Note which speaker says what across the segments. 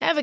Speaker 1: Ever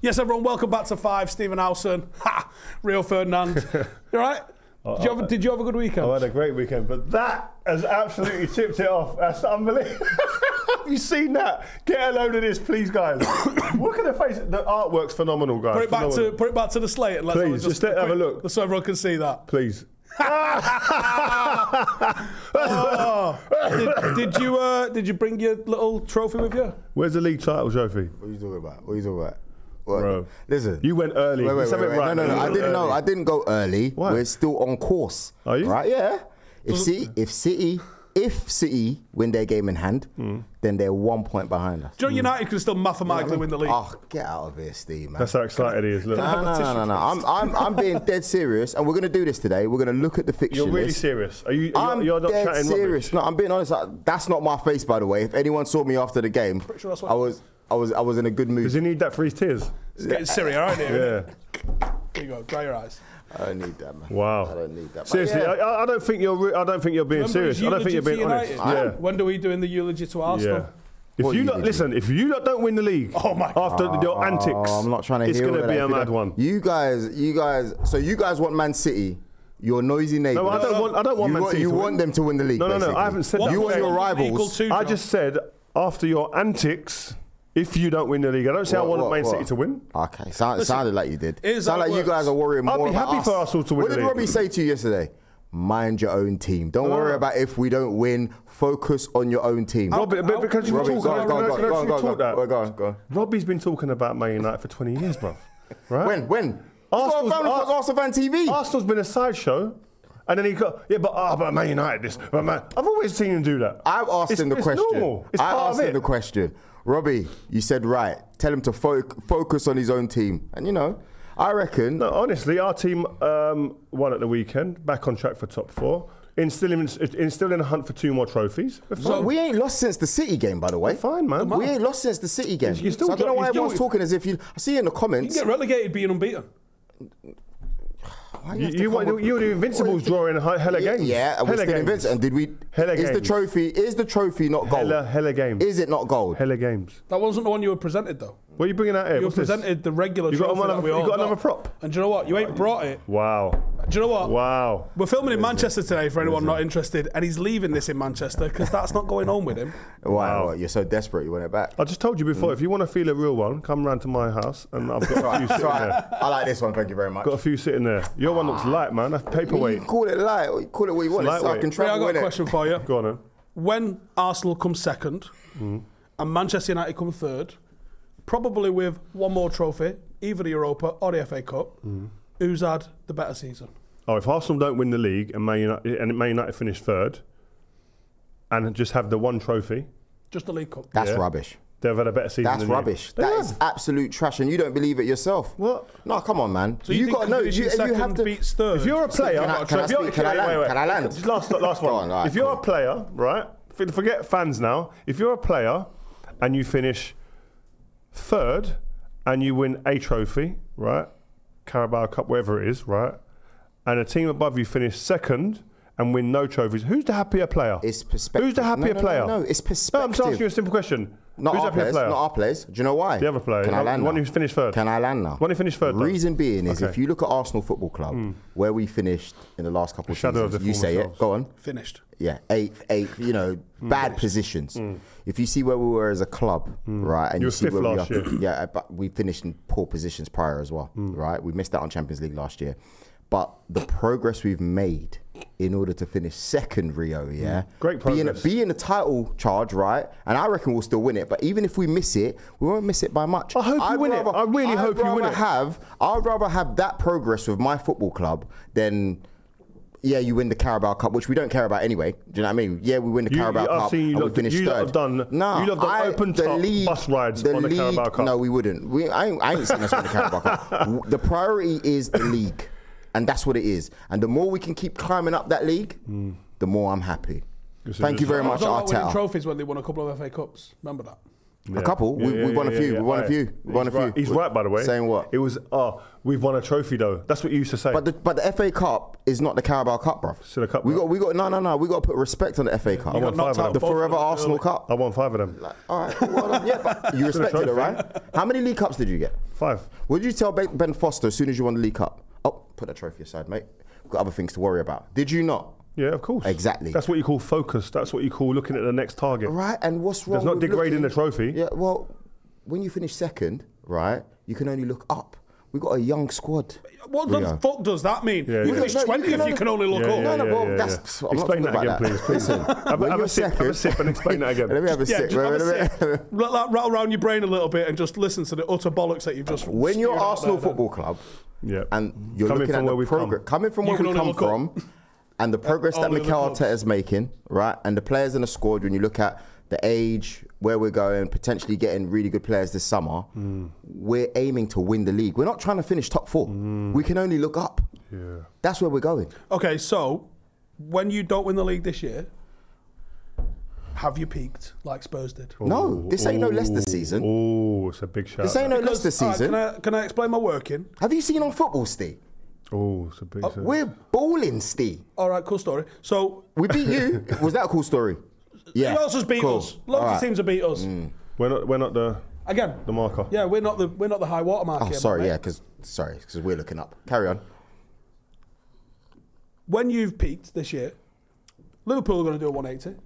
Speaker 2: Yes, everyone, welcome back to Five. Stephen Howson, ha, Rio Ferdinand. you all right? Did you, have, did you have a good weekend?
Speaker 3: I had a great weekend, but that has absolutely tipped it off. That's unbelievable. Have you seen that? Get a load of this, please, guys. look at the face. The artwork's phenomenal, guys.
Speaker 2: Put it back to
Speaker 3: Phenomenal.
Speaker 2: put it back to the slate and let's
Speaker 3: Please,
Speaker 2: all
Speaker 3: just let- have a look.
Speaker 2: so everyone can see that.
Speaker 3: please.
Speaker 4: Oh.
Speaker 2: Oh, did, did you uh, did you bring your little trophy with you?
Speaker 3: Where's the league title trophy?
Speaker 4: What are you talking about? What are you talking about? What?
Speaker 3: Bro.
Speaker 4: Listen.
Speaker 3: You went early.
Speaker 4: Wait, wait,
Speaker 3: There's
Speaker 4: wait,
Speaker 3: something
Speaker 4: wait.
Speaker 3: right.
Speaker 4: No,
Speaker 3: You
Speaker 4: no, no. I
Speaker 3: went
Speaker 4: didn't know.
Speaker 3: early.
Speaker 4: I didn't go early.
Speaker 3: Why?
Speaker 4: We're still on course.
Speaker 3: Are you?
Speaker 4: Right? Yeah. If City, if City, if City win their game in hand,
Speaker 3: Hmm.
Speaker 4: then they're one point behind us.
Speaker 2: Do you
Speaker 3: Mm.
Speaker 2: know United can still mathematically win the league?
Speaker 4: Oh, get out of here, Steve, man.
Speaker 3: That's how excited he is. Look,
Speaker 4: no, no, no, no, no. I'm, I'm, I'm being dead serious, and we're going to do this today. We're going to look at the fixture
Speaker 3: you're really
Speaker 4: list.
Speaker 3: serious. Are you? You're,
Speaker 4: I'm
Speaker 3: you're not
Speaker 4: dead
Speaker 3: chatting
Speaker 4: serious.
Speaker 3: rubbish.
Speaker 4: No, I'm being honest. like, That's not my face, by the way. If anyone saw me after the game,
Speaker 2: sure that's what-
Speaker 4: I was, I was, I was in a good mood.
Speaker 3: Does he need that for his tears?
Speaker 2: It's getting Syria, aren't it?
Speaker 3: Yeah.
Speaker 2: Here you go. Dry your eyes.
Speaker 4: I don't need that, man.
Speaker 3: Wow.
Speaker 4: I don't need that.
Speaker 3: Seriously, uh,
Speaker 4: but yeah.
Speaker 3: I, I don't think you're. re- I don't think you're being
Speaker 2: Remember
Speaker 3: serious.
Speaker 2: his
Speaker 3: I don't think you're
Speaker 2: eulogy
Speaker 3: being
Speaker 2: to
Speaker 3: honest.
Speaker 2: United?
Speaker 3: Yeah.
Speaker 2: When do we doing the eulogy to Arsenal?
Speaker 3: Yeah. If
Speaker 4: What
Speaker 3: you
Speaker 4: you
Speaker 3: not
Speaker 4: did,
Speaker 3: listen, if you lot don't win the league,
Speaker 2: Oh my-
Speaker 3: after your antics,
Speaker 4: Oh, I'm not trying to
Speaker 3: It's
Speaker 4: hear
Speaker 3: gonna
Speaker 4: all
Speaker 3: be
Speaker 4: that.
Speaker 3: a mad one.
Speaker 4: You guys, you guys. So you guys want Man City, your noisy neighbours.
Speaker 3: No, I don't want. I don't want
Speaker 4: you
Speaker 3: Man
Speaker 4: want,
Speaker 3: City
Speaker 4: you
Speaker 3: to win.
Speaker 4: want them to win the league.
Speaker 3: No, no, no,
Speaker 4: basically.
Speaker 3: I haven't said
Speaker 2: What
Speaker 3: that.
Speaker 4: You
Speaker 2: was
Speaker 4: and your
Speaker 2: the league
Speaker 4: rivals.
Speaker 2: equal to,
Speaker 3: I
Speaker 2: John?
Speaker 3: just said after your antics, if you don't win the league, I don't say I
Speaker 4: What,
Speaker 3: want
Speaker 4: what,
Speaker 3: Man
Speaker 4: what?
Speaker 3: City to win.
Speaker 4: Okay, sound, sounded like you did.
Speaker 2: here's how
Speaker 4: Sounded
Speaker 2: it
Speaker 4: like you
Speaker 2: works.
Speaker 4: guys are worrying
Speaker 3: I'd
Speaker 4: more
Speaker 3: be
Speaker 4: about
Speaker 3: happy
Speaker 4: us.
Speaker 3: for Arsenal to win
Speaker 4: What
Speaker 3: the
Speaker 4: did
Speaker 3: league.
Speaker 4: Robbie say to you yesterday? Mind your own team. Don't worry about if we don't win. Focus on your own team.
Speaker 3: Robbie, but because you
Speaker 2: Robbie,
Speaker 3: talk,
Speaker 4: go
Speaker 3: can I-
Speaker 4: on, go on,
Speaker 3: can I-
Speaker 4: go on,
Speaker 3: can I
Speaker 4: go on,
Speaker 3: actually
Speaker 4: go on,
Speaker 3: talk
Speaker 4: go on,
Speaker 3: that?
Speaker 4: go on, go on.
Speaker 3: Robbie's been talking about Man United for 20 years, bro. Right?
Speaker 4: When? When?
Speaker 3: Arsenal's-
Speaker 4: Arsenal's,
Speaker 3: Ar-
Speaker 4: Arsenal fan TV.
Speaker 3: Arsenal's been a sideshow. And then he got, yeah, but ah, but Man United this, but Man. I've always seen him do that.
Speaker 4: I've asked
Speaker 3: It's-
Speaker 4: him the
Speaker 3: it's
Speaker 4: question.
Speaker 3: normal. It's
Speaker 4: I
Speaker 3: part
Speaker 4: asked
Speaker 3: of
Speaker 4: him the
Speaker 3: it.
Speaker 4: question. Robbie, you said right. Tell him to fo- focus on his own team. And you know, I reckon.
Speaker 3: No, honestly, our team um, won at the weekend, back on track for top four, instilling, instilling a hunt for two more trophies. We're fine.
Speaker 4: So we ain't lost since the City game, by the way.
Speaker 3: fine, man.
Speaker 4: We ain't lost since the City game.
Speaker 3: You still
Speaker 4: so I
Speaker 3: got-
Speaker 4: don't know why
Speaker 3: you still-
Speaker 4: everyone's talking as if you. I see in the
Speaker 2: You
Speaker 4: comments.
Speaker 2: get relegated being unbeaten.
Speaker 4: why do
Speaker 3: You,
Speaker 4: have to
Speaker 3: you,
Speaker 4: come
Speaker 3: you,
Speaker 4: with-
Speaker 3: you were the Invincibles drawing he- hella
Speaker 4: Yeah,
Speaker 3: games.
Speaker 4: Yeah, and we're
Speaker 3: hella
Speaker 4: still
Speaker 3: games.
Speaker 4: invincible. And did we?
Speaker 3: Hella
Speaker 4: is the
Speaker 3: games.
Speaker 4: trophy? Is the trophy not gold?
Speaker 3: Hella, hella games.
Speaker 4: Is it not gold?
Speaker 3: Hella games.
Speaker 2: That wasn't the one you were presented though.
Speaker 3: What are you bringing out here?
Speaker 2: You were
Speaker 3: What's this?
Speaker 2: presented the regular
Speaker 3: You got
Speaker 2: trophy
Speaker 3: another-
Speaker 2: that we
Speaker 3: you
Speaker 2: all
Speaker 3: got another prop?
Speaker 2: And do you know what? You ain't brought it.
Speaker 3: Wow.
Speaker 2: Do you know what?
Speaker 3: Wow.
Speaker 2: We're filming in Manchester today for anyone not interested, and he's leaving this in Manchester because that's not going home with him.
Speaker 4: Why? Wow. You're so desperate. You want it back.
Speaker 3: I just told you before, if you want to feel a real one, come round to my house and I've got a few
Speaker 4: Mm. Right,
Speaker 3: sitting
Speaker 4: right.
Speaker 3: there.
Speaker 4: I like this one. Thank you very much.
Speaker 3: Got a few sitting there. Your one looks light, man. That's
Speaker 4: You
Speaker 3: paperweight.
Speaker 4: can call it light. or you Call it what you want. It's
Speaker 3: Lightweight.
Speaker 4: I can
Speaker 2: Ray, i
Speaker 4: travel
Speaker 2: got
Speaker 4: with
Speaker 2: a
Speaker 4: it.
Speaker 2: question for you.
Speaker 3: Go on then.
Speaker 2: When Arsenal come second and Manchester United come third, probably with one more trophy, either the Europa or the FA Cup, who's had the better season?
Speaker 3: Oh, if Arsenal don't win the league and Man United, and Man United finish third and just have the one trophy,
Speaker 2: Just the League Cup.
Speaker 4: That's
Speaker 3: Yeah.
Speaker 4: rubbish.
Speaker 3: they've had a better season
Speaker 4: That's
Speaker 3: than you.
Speaker 4: rubbish.
Speaker 3: They
Speaker 4: That
Speaker 3: have.
Speaker 4: is absolute trash, and you don't believe it yourself.
Speaker 3: What?
Speaker 4: No, come on, man.
Speaker 2: So you,
Speaker 4: got to know. You, you have to.
Speaker 2: beats third.
Speaker 3: If you're a player,
Speaker 4: Can I- can I
Speaker 3: if you're-
Speaker 4: speak? Can I
Speaker 3: wait,
Speaker 4: land?
Speaker 3: wait, wait.
Speaker 4: Can I land?
Speaker 3: Just last, last one.
Speaker 4: Go on, all right,
Speaker 3: if you're
Speaker 4: cool.
Speaker 3: a player, right? f- Forget fans now. If you're a player and you finish third and you win a trophy, right? Carabao Cup, whatever it is, right? And a team above you finish second and win no trophies. Who's the happier player?
Speaker 4: It's perspective.
Speaker 3: Who's the
Speaker 4: No,
Speaker 3: happier
Speaker 4: no, no,
Speaker 3: player?
Speaker 4: no, it's
Speaker 3: No, I'm just asking
Speaker 4: perspective.
Speaker 3: you a simple question.
Speaker 4: Not
Speaker 3: Who's the
Speaker 4: our
Speaker 3: happier
Speaker 4: players.
Speaker 3: player?
Speaker 4: Not our players. Do you know why?
Speaker 3: The other player,
Speaker 4: Can
Speaker 3: the
Speaker 4: I
Speaker 3: other-
Speaker 4: land
Speaker 3: the one
Speaker 4: now?
Speaker 3: who's finished third.
Speaker 4: Can I land now?
Speaker 3: The one who finished third, though.
Speaker 4: Reason being is if
Speaker 3: Okay. Hmm.
Speaker 4: you look at Arsenal Football Club, where we finished in the last couple of
Speaker 3: shadow of
Speaker 4: seasons,
Speaker 3: the
Speaker 4: you
Speaker 3: former
Speaker 4: say
Speaker 3: selves.
Speaker 4: it. Go on.
Speaker 2: finished.
Speaker 4: Yeah, eighth, eighth. You know,
Speaker 3: Mm.
Speaker 4: bad positions. If you see where we were as a club, right, and
Speaker 3: Mm. You
Speaker 4: you,
Speaker 3: were
Speaker 4: see
Speaker 3: fifth
Speaker 4: where
Speaker 3: last
Speaker 4: we are,
Speaker 3: year. Mm.
Speaker 4: yeah, but we finished in poor positions prior as well, right? We missed out on Champions League last year, but the progress we've made in order to finish second Rio, yeah,
Speaker 3: Mm. Great
Speaker 4: Being a,
Speaker 3: progress.
Speaker 4: being a title charge, right? And I reckon we'll still win it. But even if we miss it, we won't miss it by much.
Speaker 3: I hope you
Speaker 4: I'd
Speaker 3: win it. I really
Speaker 4: I'd
Speaker 3: hope you win
Speaker 4: rather
Speaker 3: it.
Speaker 4: Have I'd rather have that progress with my football club than yeah, you win the Carabao Cup, which we don't care about anyway. Do you know what I mean? Yeah, we win the
Speaker 3: You-
Speaker 4: Carabao
Speaker 3: you- I've
Speaker 4: Cup
Speaker 3: seen you
Speaker 4: and we
Speaker 3: lot-
Speaker 4: finish
Speaker 3: you lot
Speaker 4: third.
Speaker 3: have done- you
Speaker 4: nah,
Speaker 3: lot have done
Speaker 4: I-
Speaker 3: open
Speaker 4: the
Speaker 3: top
Speaker 4: league,
Speaker 3: bus rides
Speaker 4: the
Speaker 3: on the
Speaker 4: league-
Speaker 3: Carabao Cup.
Speaker 4: No, we wouldn't. We, I, ain't- I ain't seen us win the Carabao Cup. W- The priority is the league, and that's what it is. And the more we can keep climbing up that league, the more I'm happy. Thank you very
Speaker 2: I
Speaker 4: much,
Speaker 2: don't like winning
Speaker 4: Arteta.
Speaker 2: trophies when they won a couple of FA Cups. Remember that?
Speaker 4: A couple. we, we won a few. we won a
Speaker 3: Aye.
Speaker 4: few. We won a
Speaker 3: He's
Speaker 4: few.
Speaker 3: Right. He's right, by the way.
Speaker 4: Saying what?
Speaker 3: It was, oh, we've won a trophy, though. That's what you used to say.
Speaker 4: But the but the FA Cup is not the Carabao Cup, bruv.
Speaker 3: Still a cup,
Speaker 4: We
Speaker 3: bruv.
Speaker 4: got we got no no no. We got to put respect on the FA Cup.
Speaker 2: You got
Speaker 3: want
Speaker 2: knocked
Speaker 3: five
Speaker 2: out
Speaker 3: of
Speaker 4: the
Speaker 2: both of
Speaker 4: forever
Speaker 2: them
Speaker 4: Arsenal
Speaker 2: early.
Speaker 4: Cup.
Speaker 3: I won five of them.
Speaker 2: oh.
Speaker 4: All right, well done. yeah, but you respected it,
Speaker 3: trophy.
Speaker 4: right? How many League Cups did you get?
Speaker 3: Five.
Speaker 4: What did you tell Ben Ben Foster as soon as you won the League Cup? Oh, put that trophy aside, mate. We've got other things to worry about. Did you not?
Speaker 3: Yeah, of course.
Speaker 4: Exactly.
Speaker 3: That's what you call focus. That's what you call looking at the next target.
Speaker 4: Right, and what's wrong?
Speaker 3: That's not
Speaker 4: with
Speaker 3: degrading
Speaker 4: looking-
Speaker 3: the trophy.
Speaker 4: Yeah, well, when you finish second, right, you can only look up. We got a young squad.
Speaker 2: What the
Speaker 4: Rio.
Speaker 2: fuck does that mean?
Speaker 3: Yeah,
Speaker 2: you
Speaker 3: yeah.
Speaker 2: finish
Speaker 4: No, you
Speaker 2: 20
Speaker 4: can
Speaker 2: if you
Speaker 4: only-
Speaker 2: can only look
Speaker 3: Yeah,
Speaker 2: up.
Speaker 4: no,
Speaker 3: yeah,
Speaker 4: no,
Speaker 3: yeah,
Speaker 4: well,
Speaker 3: yeah,
Speaker 4: that's.
Speaker 3: yeah.
Speaker 4: I'm not
Speaker 3: Explain
Speaker 4: talking
Speaker 3: that
Speaker 4: about
Speaker 3: again, please, please.
Speaker 4: Listen,
Speaker 3: Have a-
Speaker 4: when
Speaker 3: have a
Speaker 4: you're
Speaker 3: sip- have a
Speaker 4: second-
Speaker 3: sip and explain that again.
Speaker 4: Let me have a
Speaker 2: Yeah,
Speaker 4: sip.
Speaker 2: just
Speaker 4: Wait,
Speaker 2: have a
Speaker 4: wait, wait.
Speaker 2: sip. Let that rattle around your brain a little bit and just listen to the utter bollocks that you've just.
Speaker 4: when you're
Speaker 2: spewed out
Speaker 4: Arsenal
Speaker 2: there then.
Speaker 4: Football Club,
Speaker 3: Yeah.
Speaker 2: Mm.
Speaker 4: and you're
Speaker 3: Coming
Speaker 4: looking
Speaker 3: from
Speaker 4: at
Speaker 3: where
Speaker 4: the
Speaker 3: we've come.
Speaker 4: progress coming from
Speaker 2: You
Speaker 4: where
Speaker 2: can
Speaker 4: we
Speaker 2: only
Speaker 4: come
Speaker 2: look up.
Speaker 4: from, and the progress
Speaker 2: all
Speaker 4: that
Speaker 2: the other
Speaker 4: Mikel
Speaker 2: clubs.
Speaker 4: Arteta is making, right, and the players in the squad. When you look at the age, where we're going, potentially getting really good players this summer,
Speaker 2: Mm.
Speaker 4: we're aiming to win the league. We're not trying to finish top four.
Speaker 2: Mm.
Speaker 4: We can only look up.
Speaker 3: Yeah.
Speaker 4: That's where we're going.
Speaker 2: Okay, so when you don't win the league this year, have you peaked like Spurs did?
Speaker 4: No, this ain't no Leicester season.
Speaker 3: Oh, it's a big shout.
Speaker 4: This ain't no Leicester
Speaker 2: Because- all right,
Speaker 4: season.
Speaker 2: can, I, can I explain my working?
Speaker 4: Have you seen on football, Steve?
Speaker 3: Oh, it's a big. shout.
Speaker 4: Uh, We're balling, Steve.
Speaker 2: All right, cool story. So
Speaker 4: We beat you. Was that a cool story? Yeah.
Speaker 2: who else has beat
Speaker 4: cool. Mm.
Speaker 2: us? Lots
Speaker 4: All
Speaker 2: of
Speaker 4: right.
Speaker 2: teams have beat us.
Speaker 3: We're not. We're not the
Speaker 2: Again,
Speaker 3: the marker.
Speaker 2: yeah, we're not the we're not the high watermark.
Speaker 4: Oh,
Speaker 2: here,
Speaker 4: sorry,
Speaker 2: mate.
Speaker 4: yeah, because sorry, because we're looking up. Carry on.
Speaker 2: When you've peaked this year, Liverpool are going to do a 180.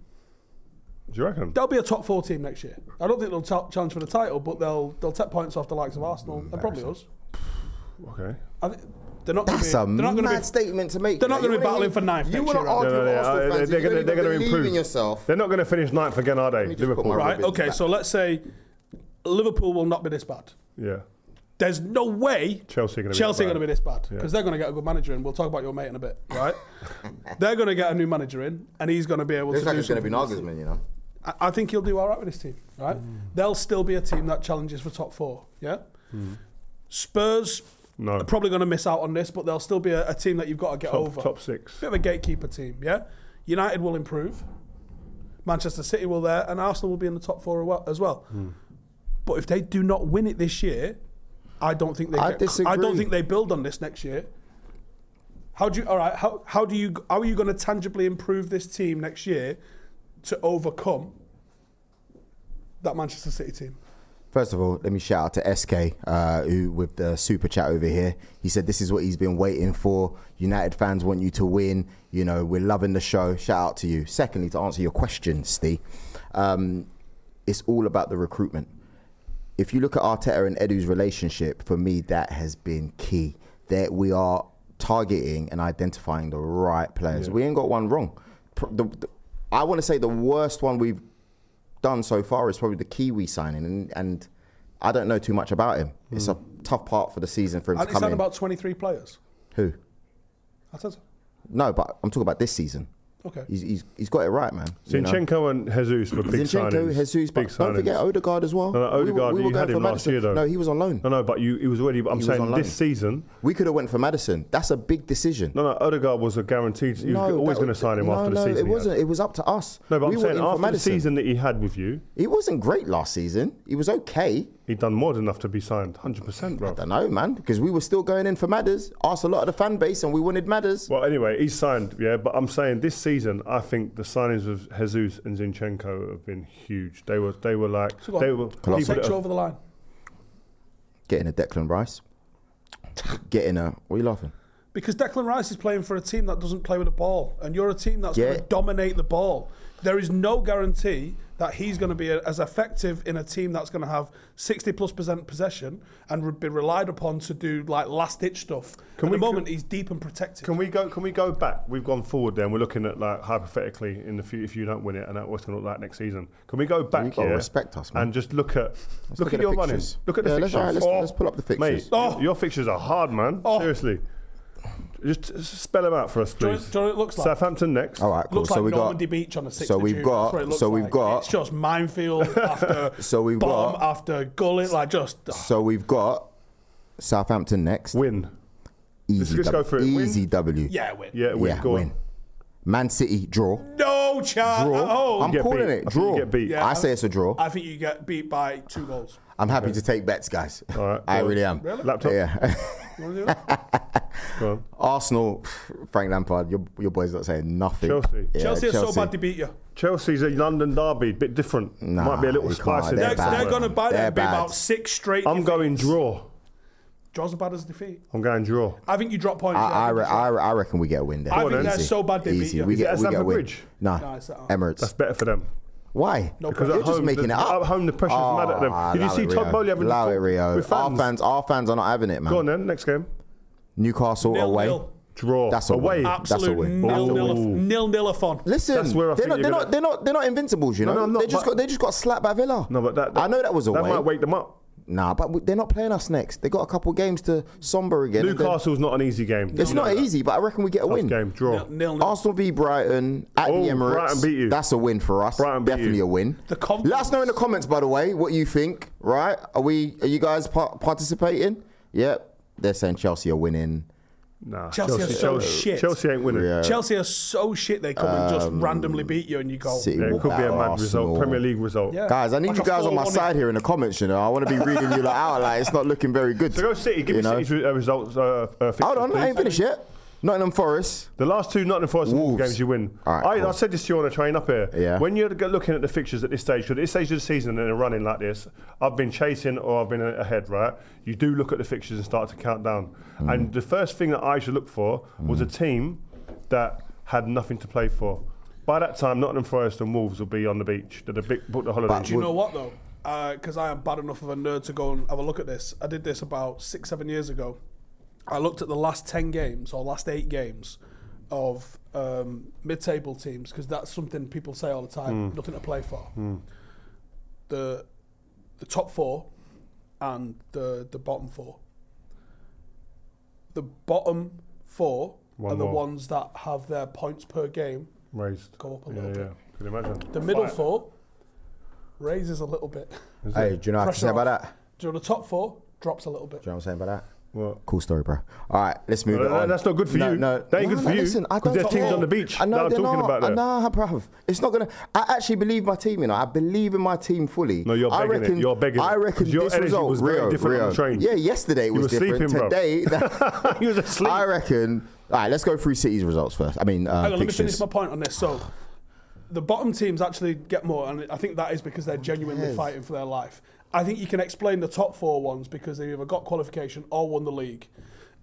Speaker 3: Do you reckon?
Speaker 2: They'll be a top four team next year. I don't think they'll ta- challenge for the title, but they'll they'll take points off the likes of Arsenal and probably us.
Speaker 3: Okay.
Speaker 2: I thi- they're not.
Speaker 4: That's
Speaker 2: gonna
Speaker 4: a
Speaker 2: be, they're not
Speaker 4: mad
Speaker 2: gonna be,
Speaker 4: statement to make.
Speaker 2: they're not
Speaker 4: You
Speaker 2: gonna be battling
Speaker 4: wanna
Speaker 2: for
Speaker 4: hear-
Speaker 2: ninth
Speaker 4: You
Speaker 2: next
Speaker 4: want
Speaker 2: year,
Speaker 4: to
Speaker 2: are
Speaker 4: argue
Speaker 3: No, no, no,
Speaker 4: Arsenal
Speaker 3: I-
Speaker 4: fans?
Speaker 3: they're
Speaker 4: you
Speaker 3: gonna-
Speaker 4: don't
Speaker 3: they're
Speaker 4: even
Speaker 3: gonna
Speaker 4: believe
Speaker 3: improve.
Speaker 4: in yourself.
Speaker 3: They're not going to finish ninth again, are they?
Speaker 4: me just put
Speaker 3: Liverpool.
Speaker 4: my-
Speaker 2: Right.
Speaker 4: Ribbons
Speaker 2: Okay.
Speaker 4: back.
Speaker 2: So let's say Liverpool will not be this bad.
Speaker 3: Yeah.
Speaker 2: There's no way
Speaker 3: Chelsea are gonna be
Speaker 2: Chelsea
Speaker 3: that
Speaker 2: are going to be
Speaker 3: bad.
Speaker 2: this bad because they're going to get a good manager in. We'll talk about your mate in a bit, right? they're going to get a new manager in, and he's going to be able
Speaker 4: Looks
Speaker 2: to
Speaker 4: like
Speaker 2: do
Speaker 4: it's going to be
Speaker 2: something.
Speaker 4: Nagelsmann, you know.
Speaker 2: I, I think he'll do all right with this team, right? They'll still be a team that challenges for top four. Yeah. Spurs
Speaker 3: No.
Speaker 2: are probably going to miss out on this, but they'll still be a, a team that you've got to get
Speaker 3: Top,
Speaker 2: over.
Speaker 3: top six.
Speaker 2: Bit of a gatekeeper team, yeah. United will improve. Manchester City will there, and Arsenal will be in the top four a wel- as well.
Speaker 3: Hmm.
Speaker 2: But if they do not win it this year, I don't think they. get-
Speaker 4: I
Speaker 2: I don't
Speaker 4: disagree.
Speaker 2: think they build on this next year. How do you? All right. How how do you? How are you going to tangibly improve this team next year to overcome that Manchester City team?
Speaker 4: First of all, let me shout out to SK, uh, who with the super chat over here. He said this is what he's been waiting for. United fans want you to win. You know, we're loving the show. Shout out to you. Secondly, to answer your question, Steve, um, it's all about the recruitment. If you look at Arteta and Edu's relationship, for me, that has been key. That we are targeting and identifying the right players. We ain't got one wrong. Pr- the- the, I want to say the worst one we've done so far is probably the Kiwi signing, and, and I don't know too much about him. It's a tough part for the season for him
Speaker 2: And
Speaker 4: to
Speaker 2: it's
Speaker 4: come
Speaker 2: not
Speaker 4: in.
Speaker 2: about twenty three players.
Speaker 4: Who?
Speaker 2: I said, so.
Speaker 4: No, but I'm talking about this season.
Speaker 2: okay.
Speaker 4: He's, he's, he's got it right, man. you know.
Speaker 3: Zinchenko and Jesus were big
Speaker 4: Zinchenko,
Speaker 3: signings.
Speaker 4: Jesus,
Speaker 3: big
Speaker 4: but don't forget
Speaker 3: signings.
Speaker 4: Odegaard as well.
Speaker 3: No, no,
Speaker 4: We were-
Speaker 3: Odegaard,
Speaker 4: we were
Speaker 3: you
Speaker 4: going
Speaker 3: had
Speaker 4: for
Speaker 3: him last
Speaker 4: Maddison.
Speaker 3: year, though.
Speaker 4: No, he was on loan.
Speaker 3: No, no, but you, he was already. I'm
Speaker 4: was on
Speaker 3: saying
Speaker 4: loan.
Speaker 3: this season.
Speaker 4: We could have went for Madison. That's a big decision.
Speaker 3: No, no, Odegaard was a guaranteed. You were always
Speaker 4: that-
Speaker 3: going to sign him
Speaker 4: no,
Speaker 3: after
Speaker 4: no,
Speaker 3: the season.
Speaker 4: it
Speaker 3: he had.
Speaker 4: wasn't. It was up to us.
Speaker 3: No, but
Speaker 4: we
Speaker 3: I'm
Speaker 4: were
Speaker 3: saying
Speaker 4: in for
Speaker 3: after the
Speaker 4: Maddison.
Speaker 3: season that he had with you,
Speaker 4: He wasn't great last season. He was okay.
Speaker 3: he'd done more than enough to be signed. 100%, bro.
Speaker 4: I don't know, man, because we were still going in for Madders. Asked a lot of the fan base, and we wanted Madders.
Speaker 3: Well, anyway, he's signed, yeah. But I'm saying this season, I think the signings of Jesus and Zinchenko have been huge. They were, they were like,
Speaker 2: go on.
Speaker 3: they were. people that
Speaker 2: Takes
Speaker 3: have-
Speaker 2: you over the line.
Speaker 4: Getting a Declan Rice. Getting a. What are you laughing?
Speaker 2: Because Declan Rice is playing for a team that doesn't play with the ball, and you're a team that's
Speaker 4: Yeah.
Speaker 2: going to dominate the ball. There is no guarantee that he's going to be as effective in a team that's going to have 60 plus percent possession and would be relied upon to do like last ditch stuff.
Speaker 3: Can
Speaker 2: At
Speaker 3: we-
Speaker 2: the moment, he's deep and protected.
Speaker 3: Can we go? Can we go back? We've gone forward. Then we're looking at like hypothetically in the future if you don't win it, and that what's going to look like next season. Can we go back
Speaker 4: You've gotta
Speaker 3: here?
Speaker 4: respect us, man.
Speaker 3: And just look at look,
Speaker 4: look
Speaker 3: at,
Speaker 4: at the
Speaker 3: your running.
Speaker 4: fixtures.
Speaker 3: Look at the
Speaker 4: Yeah, let's-
Speaker 3: fixtures. Oh.
Speaker 4: alright, let's- let's pull up the fixtures.
Speaker 3: Mate, your fixtures are hard, man.
Speaker 2: Oh.
Speaker 3: Seriously, Just, just spell them out for us,
Speaker 2: Do you know
Speaker 3: please.
Speaker 2: what- do you know what it looks like?
Speaker 3: Southampton next.
Speaker 4: All right, cool.
Speaker 2: Looks
Speaker 4: so
Speaker 2: like
Speaker 4: we got
Speaker 2: Normandy Beach on the 6th
Speaker 4: so
Speaker 2: of
Speaker 4: we've
Speaker 2: June.
Speaker 4: got-
Speaker 2: That's what it looks
Speaker 4: so we've
Speaker 2: like.
Speaker 4: got-
Speaker 2: It's just minefield after
Speaker 4: So we've
Speaker 2: bomb
Speaker 4: got-
Speaker 2: after gullet, like just
Speaker 4: so we've got Southampton next.
Speaker 3: Win.
Speaker 4: easy
Speaker 3: let's go
Speaker 4: w.
Speaker 3: for it. Win.
Speaker 4: Easy W.
Speaker 2: yeah, win.
Speaker 3: Yeah, win.
Speaker 4: Yeah,
Speaker 3: Go
Speaker 4: win.
Speaker 3: on.
Speaker 4: Man City draw.
Speaker 2: No chance. Oh,
Speaker 4: Draw.
Speaker 2: at all.
Speaker 4: I'm
Speaker 3: get
Speaker 4: calling
Speaker 3: beat. I
Speaker 4: it
Speaker 3: think
Speaker 4: draw.
Speaker 3: Uh, oh, you get beat.
Speaker 2: Yeah.
Speaker 4: I say it's a draw.
Speaker 2: I think you get beat by two goals.
Speaker 4: I'm happy to take bets, guys.
Speaker 3: All right,
Speaker 4: I
Speaker 3: go on.
Speaker 4: really am.
Speaker 3: Laptop.
Speaker 4: Yeah.
Speaker 2: You wanna do that?
Speaker 3: Go on.
Speaker 4: Arsenal, Frank Lampard, your, your boy's not saying nothing.
Speaker 3: Chelsea.
Speaker 4: Yeah,
Speaker 2: Chelsea are so bad they beat you.
Speaker 3: Chelsea's a London derby, bit different.
Speaker 4: Nah,
Speaker 3: Might be a little
Speaker 4: they can't.
Speaker 3: spicy.
Speaker 2: They're,
Speaker 4: They're
Speaker 3: there
Speaker 4: bad.
Speaker 2: they're
Speaker 3: somewhere.
Speaker 2: going to buy
Speaker 4: They're
Speaker 2: that be
Speaker 4: bad.
Speaker 2: about six straight.
Speaker 3: I'm
Speaker 2: defeats.
Speaker 3: going draw.
Speaker 2: Draws are bad as defeat.
Speaker 3: I'm going draw.
Speaker 2: I think you drop points. yeah,
Speaker 4: I, I,
Speaker 2: think
Speaker 4: re-
Speaker 2: you drop.
Speaker 4: I, re- I reckon we get a win there.
Speaker 2: I think they're
Speaker 4: Easy.
Speaker 2: so bad they beat
Speaker 4: Easy.
Speaker 2: you.
Speaker 4: We
Speaker 2: Is
Speaker 4: get,
Speaker 3: it at
Speaker 4: we get a
Speaker 3: Stamford
Speaker 4: win.
Speaker 3: Bridge?
Speaker 4: Nah,
Speaker 2: No, it's at uh, home.
Speaker 4: Emirates.
Speaker 3: That's better for them.
Speaker 4: Why?
Speaker 2: No
Speaker 3: Because
Speaker 2: pressure.
Speaker 3: at
Speaker 4: You're just
Speaker 3: home,
Speaker 4: making
Speaker 3: the,
Speaker 4: it up.
Speaker 3: at home the pressure's mad at them. Did you
Speaker 4: allow
Speaker 3: see
Speaker 4: it,
Speaker 3: Todd
Speaker 4: Rio.
Speaker 3: Bowley having
Speaker 4: Allow
Speaker 3: to
Speaker 4: it,
Speaker 3: talk
Speaker 4: Rio.
Speaker 3: with
Speaker 4: Our
Speaker 3: fans?
Speaker 4: fans, our fans are not having it, man.
Speaker 3: Go on then, next game.
Speaker 4: Newcastle
Speaker 2: Nil,
Speaker 4: away.
Speaker 2: nil.
Speaker 3: Draw.
Speaker 4: That's a
Speaker 3: away.
Speaker 4: win. That's a
Speaker 2: Absolute
Speaker 4: win.
Speaker 2: nil
Speaker 3: That's a
Speaker 2: nil
Speaker 3: win.
Speaker 2: nil nil fun.
Speaker 4: Listen,
Speaker 3: That's where I
Speaker 4: they're
Speaker 3: think
Speaker 4: not
Speaker 3: you're
Speaker 4: they're
Speaker 3: gonna-
Speaker 4: not they're not they're not invincibles. You know,
Speaker 3: no, I'm not,
Speaker 4: they just
Speaker 3: but-
Speaker 4: got they just got slapped by Villa.
Speaker 3: No, but that,
Speaker 4: I know that was away.
Speaker 3: That might wake them up.
Speaker 4: Nah, but we- they're not playing us next. They got a couple games to somber again. and then-
Speaker 3: Newcastle's not an easy game.
Speaker 4: It's not easy, but I reckon we get a win.
Speaker 3: game. Draw.
Speaker 2: Nil nil. nil.
Speaker 4: Arsenal v Brighton at
Speaker 3: Oh,
Speaker 4: the Emirates.
Speaker 3: Brighton beat you.
Speaker 4: That's a win for us.
Speaker 3: Brighton beat
Speaker 4: Definitely
Speaker 3: you.
Speaker 4: a win.
Speaker 2: The confidence-
Speaker 4: Let us know in the comments, by the way, what you think. Right? Are we? Are you guys par- participating? Yep. They're saying Chelsea are winning.
Speaker 3: Nah,
Speaker 2: Chelsea are so shit.
Speaker 3: Chelsea ain't winning.
Speaker 4: Yeah.
Speaker 2: Chelsea are so shit they come and just randomly beat you and you go.
Speaker 4: Um, City
Speaker 3: Yeah,
Speaker 4: will
Speaker 3: it could be a
Speaker 4: battle
Speaker 3: mad
Speaker 4: Arsenal.
Speaker 3: result, Premier League result.
Speaker 2: Yeah.
Speaker 4: Guys, I need
Speaker 2: Like
Speaker 4: you
Speaker 2: a
Speaker 4: guys on my
Speaker 2: 4-1
Speaker 4: side here in the comments. You know, I want to be reading you like out. Like it's not looking very good.
Speaker 3: So go City. Give
Speaker 4: You
Speaker 3: me
Speaker 4: know?
Speaker 3: City's uh, results. Uh, uh,
Speaker 4: Hold on,
Speaker 3: fixtures,
Speaker 4: I ain't
Speaker 3: please.
Speaker 4: finished yet. Nottingham Forest.
Speaker 3: The last two Nottingham Forest and Wolves
Speaker 4: Wolves.
Speaker 3: games you win.
Speaker 4: All right,
Speaker 3: I,
Speaker 4: cool.
Speaker 3: I said this to you on the train up here.
Speaker 4: Yeah.
Speaker 3: When you're go- looking at the fixtures at this stage, because at this stage of the season and a running like this, I've been chasing or I've been a- ahead, right? You do look at the fixtures and start to count down.
Speaker 4: Mm.
Speaker 3: And the first thing that I should look for was a team that had nothing to play for. By that time, Nottingham Forest and Wolves will be on the beach. They'd have big- booked the holidays.
Speaker 2: Do you know what though? Because I am bad enough of a nerd to go and have a look at this. I did this about six, seven years ago. I looked at the last ten games or last eight games of um, mid-table teams because that's something people say all the time.
Speaker 3: Hmm.
Speaker 2: Nothing to play for. The the top four and the the bottom four. The bottom four
Speaker 3: One
Speaker 2: are the
Speaker 3: more.
Speaker 2: ones that have their points per game
Speaker 3: Raised.
Speaker 2: go up a
Speaker 3: Yeah,
Speaker 2: little
Speaker 3: yeah.
Speaker 2: bit.
Speaker 3: Can you imagine?
Speaker 2: The middle
Speaker 3: Fight.
Speaker 2: four raises a little bit.
Speaker 4: Hey, do you know what I have to say
Speaker 2: Pressure
Speaker 4: about
Speaker 2: off.
Speaker 4: that?
Speaker 2: Do you know the top four drops a little bit?
Speaker 4: Do you know what I'm saying about that?
Speaker 3: What?
Speaker 4: Cool story, bro. All right, let's move
Speaker 3: No,
Speaker 4: it
Speaker 3: no,
Speaker 4: on.
Speaker 3: Uh, that's not good for you. That ain't good for you, 'cause there's teams
Speaker 4: care.
Speaker 3: on the beach
Speaker 4: I
Speaker 3: that
Speaker 4: know
Speaker 3: I'm
Speaker 4: they're
Speaker 3: talking
Speaker 4: not.
Speaker 3: about
Speaker 4: I
Speaker 3: there.
Speaker 4: know, bruv. It's not gonna. I actually believe my team. You know, I believe in my team fully.
Speaker 3: No, you're
Speaker 4: I
Speaker 3: begging it.
Speaker 4: reckon,
Speaker 3: You're begging it.
Speaker 4: I reckon
Speaker 3: 'Cause your
Speaker 4: this
Speaker 3: energy
Speaker 4: result
Speaker 3: was
Speaker 4: Rio,
Speaker 3: very different
Speaker 4: Rio.
Speaker 3: on the train.
Speaker 4: Yeah, yesterday it
Speaker 3: You
Speaker 4: was
Speaker 3: were
Speaker 4: different.
Speaker 3: sleeping, bruv.
Speaker 4: Today, that-
Speaker 3: He was asleep.
Speaker 4: I reckon. All right, let's go through City's results first. I mean, uh,
Speaker 2: Hang on, let me
Speaker 4: fixtures.
Speaker 2: finish my point on this. So, the bottom teams actually get more, and I think that is because they're genuinely
Speaker 4: cares?
Speaker 2: fighting for their life. I think you can explain the top four ones because they've either got qualification or won the league,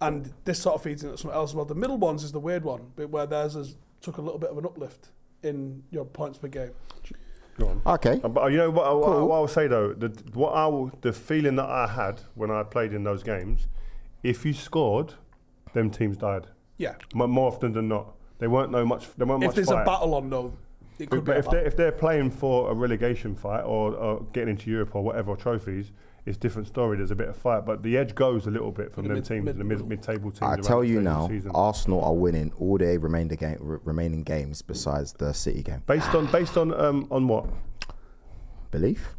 Speaker 2: and this sort of feeds into something else as well. The middle ones is the weird one, but where theirs has took a little bit of an uplift in your points per game.
Speaker 3: Go on.
Speaker 4: okay.
Speaker 3: Uh, But you know what, I- what I-
Speaker 4: Cool.
Speaker 3: what I will say though, the, what I will, the feeling that I had when I played in those games, if you scored, them teams died
Speaker 2: Yeah,
Speaker 3: M- more often than not. They weren't no much. They weren't
Speaker 2: if
Speaker 3: much
Speaker 2: there's
Speaker 3: fight.
Speaker 2: a battle on though, it could
Speaker 3: but
Speaker 2: be. a
Speaker 3: if
Speaker 2: battle.
Speaker 3: they're, if they're playing for a relegation fight or, or getting into Europe or whatever or trophies, it's a different story. There's a bit of fight, but the edge goes a little bit from them
Speaker 2: mid-
Speaker 3: teams,
Speaker 2: mid-
Speaker 3: the mid, mid-table teams.
Speaker 4: I
Speaker 3: around
Speaker 4: tell
Speaker 3: the
Speaker 4: you
Speaker 3: stage of the
Speaker 4: now,
Speaker 3: season.
Speaker 4: Arsenal are winning all their remainder game, re- remaining games besides the City game.
Speaker 3: based on based on um, on what?
Speaker 4: Belief?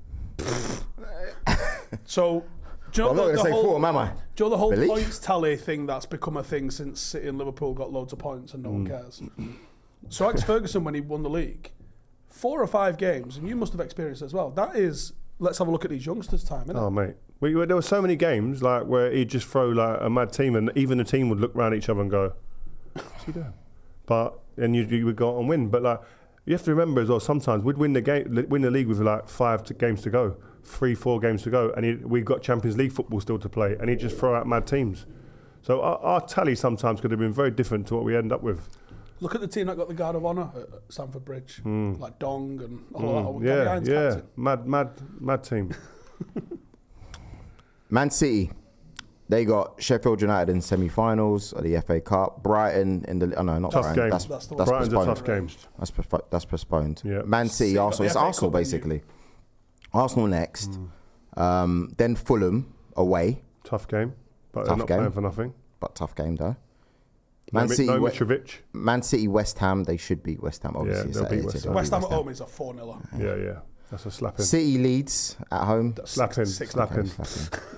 Speaker 2: So, do you know
Speaker 4: I'm
Speaker 2: the-
Speaker 4: not going to
Speaker 2: the
Speaker 4: say
Speaker 2: whole-
Speaker 4: four, am I?
Speaker 2: Do you know the whole
Speaker 4: Belief.
Speaker 2: points tally thing that's become a thing since City and Liverpool got loads of points and no
Speaker 3: Mm.
Speaker 2: one cares? So Alex Ferguson, when he won the league, four or five games, and you must have experienced it as well. That is, let's have a look at these youngsters' time, innit?
Speaker 3: Oh mate, we, we- there were so many games like where he'd just throw like a mad team, and even the team would look round each other and go, "What's he doing?" But and you, you would go out and win. But like you have to remember as well, sometimes we'd win the game, li- win the league with like five to, games to go, three, four games to go, and he'd, we've got Champions League football still to play, and he'd just throw out mad teams. So our, our tally sometimes could have been very different to what we end up with.
Speaker 2: Look at the team that got the Guard of Honour at Stamford Bridge, like Dong and all
Speaker 3: Mm,
Speaker 2: that.
Speaker 3: yeah,
Speaker 2: Gabby Hines
Speaker 3: yeah,
Speaker 2: captain.
Speaker 3: mad, mad, mad team.
Speaker 4: Man City, they got Sheffield United in semi-finals of the FA Cup. Brighton in the oh no, not
Speaker 3: Tough
Speaker 4: Brighton.
Speaker 3: game.
Speaker 4: That's,
Speaker 2: That's the one.
Speaker 4: that's
Speaker 3: Brighton's a
Speaker 4: postponed.
Speaker 3: tough game.
Speaker 4: That's, postpo- that's postponed.
Speaker 3: Yeah.
Speaker 4: Man City,
Speaker 2: City got
Speaker 4: Arsenal.
Speaker 2: the
Speaker 4: It's
Speaker 2: FA
Speaker 4: Arsenal
Speaker 2: Cup, didn't
Speaker 4: basically. Arsenal next,
Speaker 3: Hmm.
Speaker 4: um, then Fulham away,
Speaker 3: Tough game, but
Speaker 4: Tough
Speaker 3: they're not
Speaker 4: game.
Speaker 3: playing for nothing.
Speaker 4: but tough game though. Man
Speaker 3: Mi-
Speaker 4: City,
Speaker 3: no
Speaker 4: we-
Speaker 3: Mitrovic.
Speaker 4: Man City, West Ham. They should beat West Ham. Obviously,
Speaker 3: they'll
Speaker 4: Saturday,
Speaker 3: beat West
Speaker 4: so
Speaker 3: Ham.
Speaker 4: they'll
Speaker 2: West
Speaker 4: beat
Speaker 2: Ham at home is a 4 0.
Speaker 3: Yeah, yeah. That's a slapping.
Speaker 4: City leads at home.
Speaker 3: Slapping,
Speaker 2: Six-
Speaker 3: slapping,
Speaker 4: Slapping.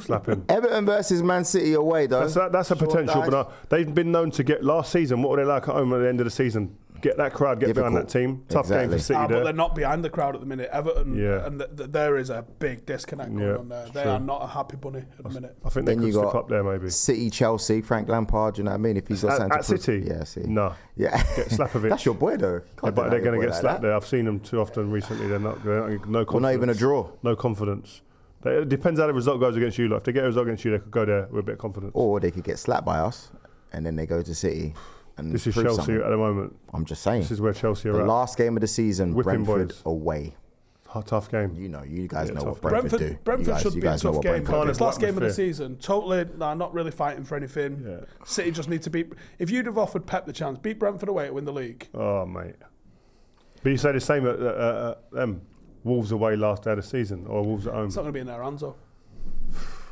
Speaker 3: slapping.
Speaker 4: Everton versus Man City away though.
Speaker 3: That's, that, that's a
Speaker 4: Sure,
Speaker 3: potential,
Speaker 4: guys.
Speaker 3: but uh, they've been known to get last season. What were they like at home at the end of the season? Get that crowd, get behind that
Speaker 4: Difficult.
Speaker 3: team. Tough game for
Speaker 4: Exactly.
Speaker 3: City.
Speaker 2: Ah, but
Speaker 3: there.
Speaker 2: they're not behind the crowd at the minute. Everton,
Speaker 3: Yeah.
Speaker 2: and th- th- there is a big disconnect going
Speaker 3: Yeah,
Speaker 2: on there.
Speaker 3: it's
Speaker 2: They
Speaker 3: true.
Speaker 2: are not a happy bunny at the minute.
Speaker 3: I think they
Speaker 4: Then
Speaker 3: could
Speaker 4: you
Speaker 3: slip
Speaker 4: got
Speaker 3: up there maybe.
Speaker 4: City, Chelsea, Frank Lampard. Do you know what I mean? If he's got
Speaker 3: At,
Speaker 4: something
Speaker 3: at
Speaker 4: to prove-
Speaker 3: City?
Speaker 4: yeah, City.
Speaker 3: No.
Speaker 4: yeah.
Speaker 3: Get Slapovic.
Speaker 4: That's your boy though.
Speaker 3: Yeah, but
Speaker 4: Can't deny
Speaker 3: they're
Speaker 4: your
Speaker 3: going
Speaker 4: boy
Speaker 3: to get
Speaker 4: like
Speaker 3: slapped
Speaker 4: that.
Speaker 3: there. I've seen them too often recently. They're not, they're not no confidence.
Speaker 4: Or not even a draw.
Speaker 3: No confidence. They- It depends how the result goes against you. Like, if they get a result against you, they could go there with a bit of confidence.
Speaker 4: Or they could get slapped by us, and then they go to City. And
Speaker 3: this is
Speaker 4: prove
Speaker 3: Chelsea
Speaker 4: something.
Speaker 3: at the moment.
Speaker 4: I'm just saying.
Speaker 3: This is where Chelsea
Speaker 4: the
Speaker 3: are at.
Speaker 4: last game of the season,
Speaker 3: Whipping
Speaker 4: Brentford
Speaker 3: boys.
Speaker 4: away.
Speaker 3: Hard, tough game.
Speaker 4: You know, you guys
Speaker 3: Yeah,
Speaker 4: know
Speaker 3: tough.
Speaker 4: what Brentford,
Speaker 2: Brentford,
Speaker 4: do.
Speaker 2: Brentford,
Speaker 4: you guys,
Speaker 2: should
Speaker 4: you
Speaker 2: be a
Speaker 4: guys know
Speaker 2: tough
Speaker 4: what
Speaker 2: game.
Speaker 4: Brentford
Speaker 3: Can't
Speaker 2: It's
Speaker 4: do.
Speaker 3: afford
Speaker 2: last game of the
Speaker 3: atmosphere.
Speaker 2: season. Totally, nah, not really fighting for anything.
Speaker 3: Yeah.
Speaker 2: City just need to beat. If you'd have offered Pep the chance, beat Brentford away to win the league.
Speaker 3: Oh, mate. But you say the same at uh, uh, uh, them. Wolves away last day of the season, or Wolves at home.
Speaker 2: It's not going to be in their hands, though.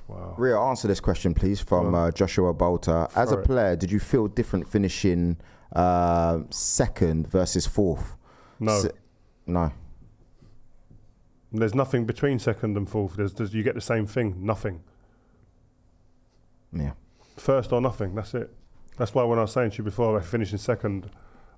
Speaker 3: Wow.
Speaker 4: Ria, answer this question, please, from uh, Joshua Bolter. As a
Speaker 3: Throw it.
Speaker 4: player, did you feel different finishing uh, second versus fourth?
Speaker 3: No,
Speaker 4: S- no.
Speaker 3: there's nothing between second and fourth. There's, there's, you get the same thing, nothing.
Speaker 4: Yeah.
Speaker 3: First or nothing. That's it. That's why when I was saying to you before, about finishing second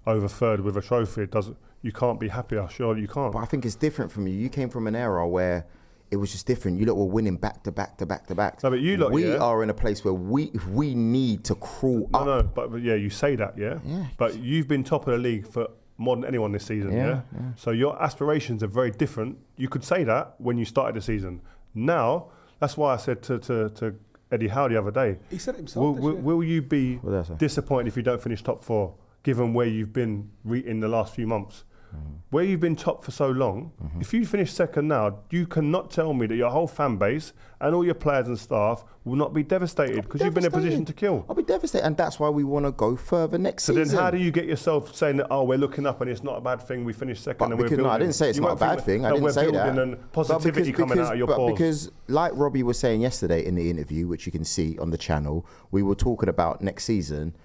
Speaker 3: over third with a trophy, it doesn't. You can't be happier. Sure, you can't.
Speaker 4: But I think it's different from you. You came from an era where it was just different. You lot were winning back to back to back to back.
Speaker 3: No, but you lot,
Speaker 4: we
Speaker 3: yeah.
Speaker 4: are in a place where we we need to crawl
Speaker 3: No,
Speaker 4: up.
Speaker 3: no, but, but yeah, you say that, yeah?
Speaker 4: Oh. Yeah.
Speaker 3: But you've been top of the league for more than anyone this season, yeah?
Speaker 4: Yeah, yeah.
Speaker 3: So your aspirations are very different. You could say that when you started the season. Now, that's why I said to, to, to Eddie Howe the other day,
Speaker 2: He said it himself.
Speaker 3: will,
Speaker 2: this
Speaker 3: will,
Speaker 2: year.
Speaker 3: will you be
Speaker 4: What did I say?
Speaker 3: disappointed if you don't finish top four, given where you've been re- in the last few months?
Speaker 4: Mm-hmm.
Speaker 3: Where you've been top for so long, if you finish second now, you cannot tell me that your whole fan base and all your players and staff will not be devastated because you've been in a position to kill.
Speaker 4: I'll be devastated, and that's why we want to go further next
Speaker 3: So
Speaker 4: season.
Speaker 3: then, how do you get yourself saying that? Oh, we're looking up, and it's not a bad thing. We finished second,
Speaker 4: But
Speaker 3: and
Speaker 4: because
Speaker 3: we're
Speaker 4: no,
Speaker 3: building.
Speaker 4: I didn't say it's
Speaker 3: You
Speaker 4: not a
Speaker 3: won't think
Speaker 4: bad
Speaker 3: that-
Speaker 4: thing. I
Speaker 3: no,
Speaker 4: didn't
Speaker 3: we're
Speaker 4: say that.
Speaker 3: building And
Speaker 4: But
Speaker 3: positivity
Speaker 4: because-
Speaker 3: coming
Speaker 4: because-
Speaker 3: out of your
Speaker 4: but
Speaker 3: pores.
Speaker 4: Because, like Robbie was saying yesterday in the interview, which you can see on the channel, we were talking about next season.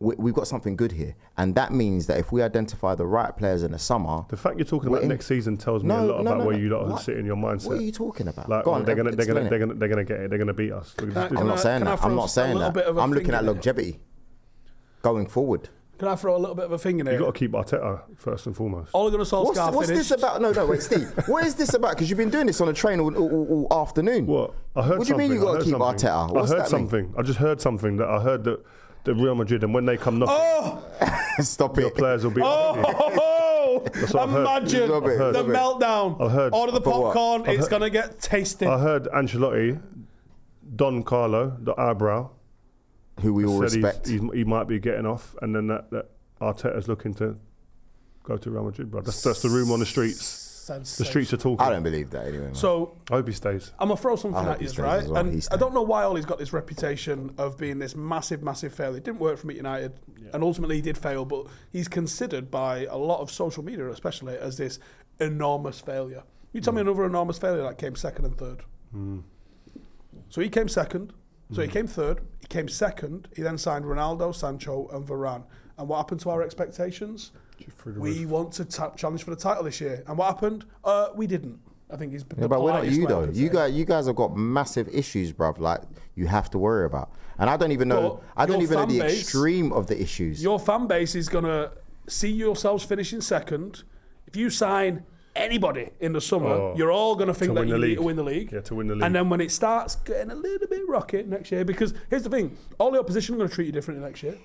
Speaker 4: We, we've got something good here, and that means that if we identify the right players in the summer,
Speaker 3: the fact you're talking
Speaker 4: We're
Speaker 3: about
Speaker 4: in-
Speaker 3: next season tells me
Speaker 4: No,
Speaker 3: a lot
Speaker 4: no,
Speaker 3: about
Speaker 4: no,
Speaker 3: where
Speaker 4: no.
Speaker 3: you lot are
Speaker 4: What?
Speaker 3: sitting in your mindset.
Speaker 4: what are you talking about?
Speaker 3: Like,
Speaker 4: Go
Speaker 3: well,
Speaker 4: on,
Speaker 3: they're gonna, they're gonna,
Speaker 4: explain it.
Speaker 3: they're gonna, they're gonna get it. They're gonna beat us. Look,
Speaker 2: I-
Speaker 3: just do
Speaker 4: I'm
Speaker 2: Can
Speaker 3: that.
Speaker 4: not saying
Speaker 2: can I
Speaker 4: that.
Speaker 2: throw
Speaker 4: I'm
Speaker 2: a
Speaker 4: not saying
Speaker 2: little
Speaker 4: that.
Speaker 2: bit of a
Speaker 4: I'm looking
Speaker 2: finger
Speaker 4: at
Speaker 2: in it?
Speaker 4: longevity going forward.
Speaker 2: Can I throw a little bit of a thing in
Speaker 3: You've
Speaker 2: here?
Speaker 3: got to keep Arteta first and foremost.
Speaker 4: Oh,
Speaker 2: Ole Gunnar
Speaker 4: What's,
Speaker 2: Solskjaer
Speaker 4: what's this
Speaker 2: finished-
Speaker 4: about? No, no, wait, Steve. what is this about? Because you've been doing this on a train all, all, all- all afternoon.
Speaker 3: What? I heard
Speaker 4: What do you
Speaker 3: something.
Speaker 4: mean you
Speaker 3: I
Speaker 4: got to
Speaker 3: heard
Speaker 4: keep
Speaker 3: something.
Speaker 4: Arteta? What's
Speaker 3: I heard
Speaker 4: that mean?
Speaker 3: something. I just heard something that I heard that the Real Madrid and when they come knocking,
Speaker 4: Oh! Stop it.
Speaker 3: your players will be.
Speaker 2: Oh,
Speaker 3: what I've heard.
Speaker 2: imagine
Speaker 4: Love it,
Speaker 2: the
Speaker 4: love it.
Speaker 2: meltdown.
Speaker 3: I've heard.
Speaker 2: Order the
Speaker 4: But what?
Speaker 2: popcorn. It's going to get tasted.
Speaker 3: I heard Ancelotti, Don Carlo, the eyebrow.
Speaker 4: Who we all
Speaker 3: said he's-
Speaker 4: respect.
Speaker 3: he's- he might be getting off, and then that, that Arteta's looking to go to Real Madrid, bro. That's, that's the room on the streets. The
Speaker 2: Sensational.
Speaker 3: streets are talking.
Speaker 4: I
Speaker 3: I,
Speaker 4: don't believe that anyway. man.
Speaker 2: So
Speaker 3: hope he stays.
Speaker 2: I'm gonna throw something
Speaker 4: I hope
Speaker 2: at
Speaker 4: he
Speaker 2: you,
Speaker 4: stays
Speaker 2: right?
Speaker 4: as well. He
Speaker 2: And I
Speaker 4: stays.
Speaker 2: don't know why Ollie's got this reputation of being this massive, massive failure. It didn't work for me at United, and ultimately he did fail. But he's considered by a lot of social media, especially, as this enormous failure. You tell me another enormous failure that came second and third. So he came second. So he came third. He came second. He then signed Ronaldo, Sancho, and Varane. And what happened to our expectations? We want to ta- challenge for the title this year. And what happened? Uh, we didn't. I think he's.
Speaker 4: Yeah, but we're not you though. You guys, you guys have got massive issues, bruv. Like you have to worry about, and I don't even know.
Speaker 2: But
Speaker 4: I don't
Speaker 2: your
Speaker 4: even know
Speaker 2: fan
Speaker 4: the
Speaker 2: base-
Speaker 4: extreme of the issues.
Speaker 2: Your fan base is going to see yourselves finishing second. If you sign anybody in the summer,
Speaker 3: Oh,
Speaker 2: you're all going to think
Speaker 3: to
Speaker 2: that
Speaker 3: win
Speaker 2: you
Speaker 3: the
Speaker 2: need
Speaker 3: league.
Speaker 2: to win the league.
Speaker 3: Yeah, to win the league.
Speaker 2: And then when it starts getting a little bit rocket next year, because here's the thing all the opposition are going to treat you differently next year.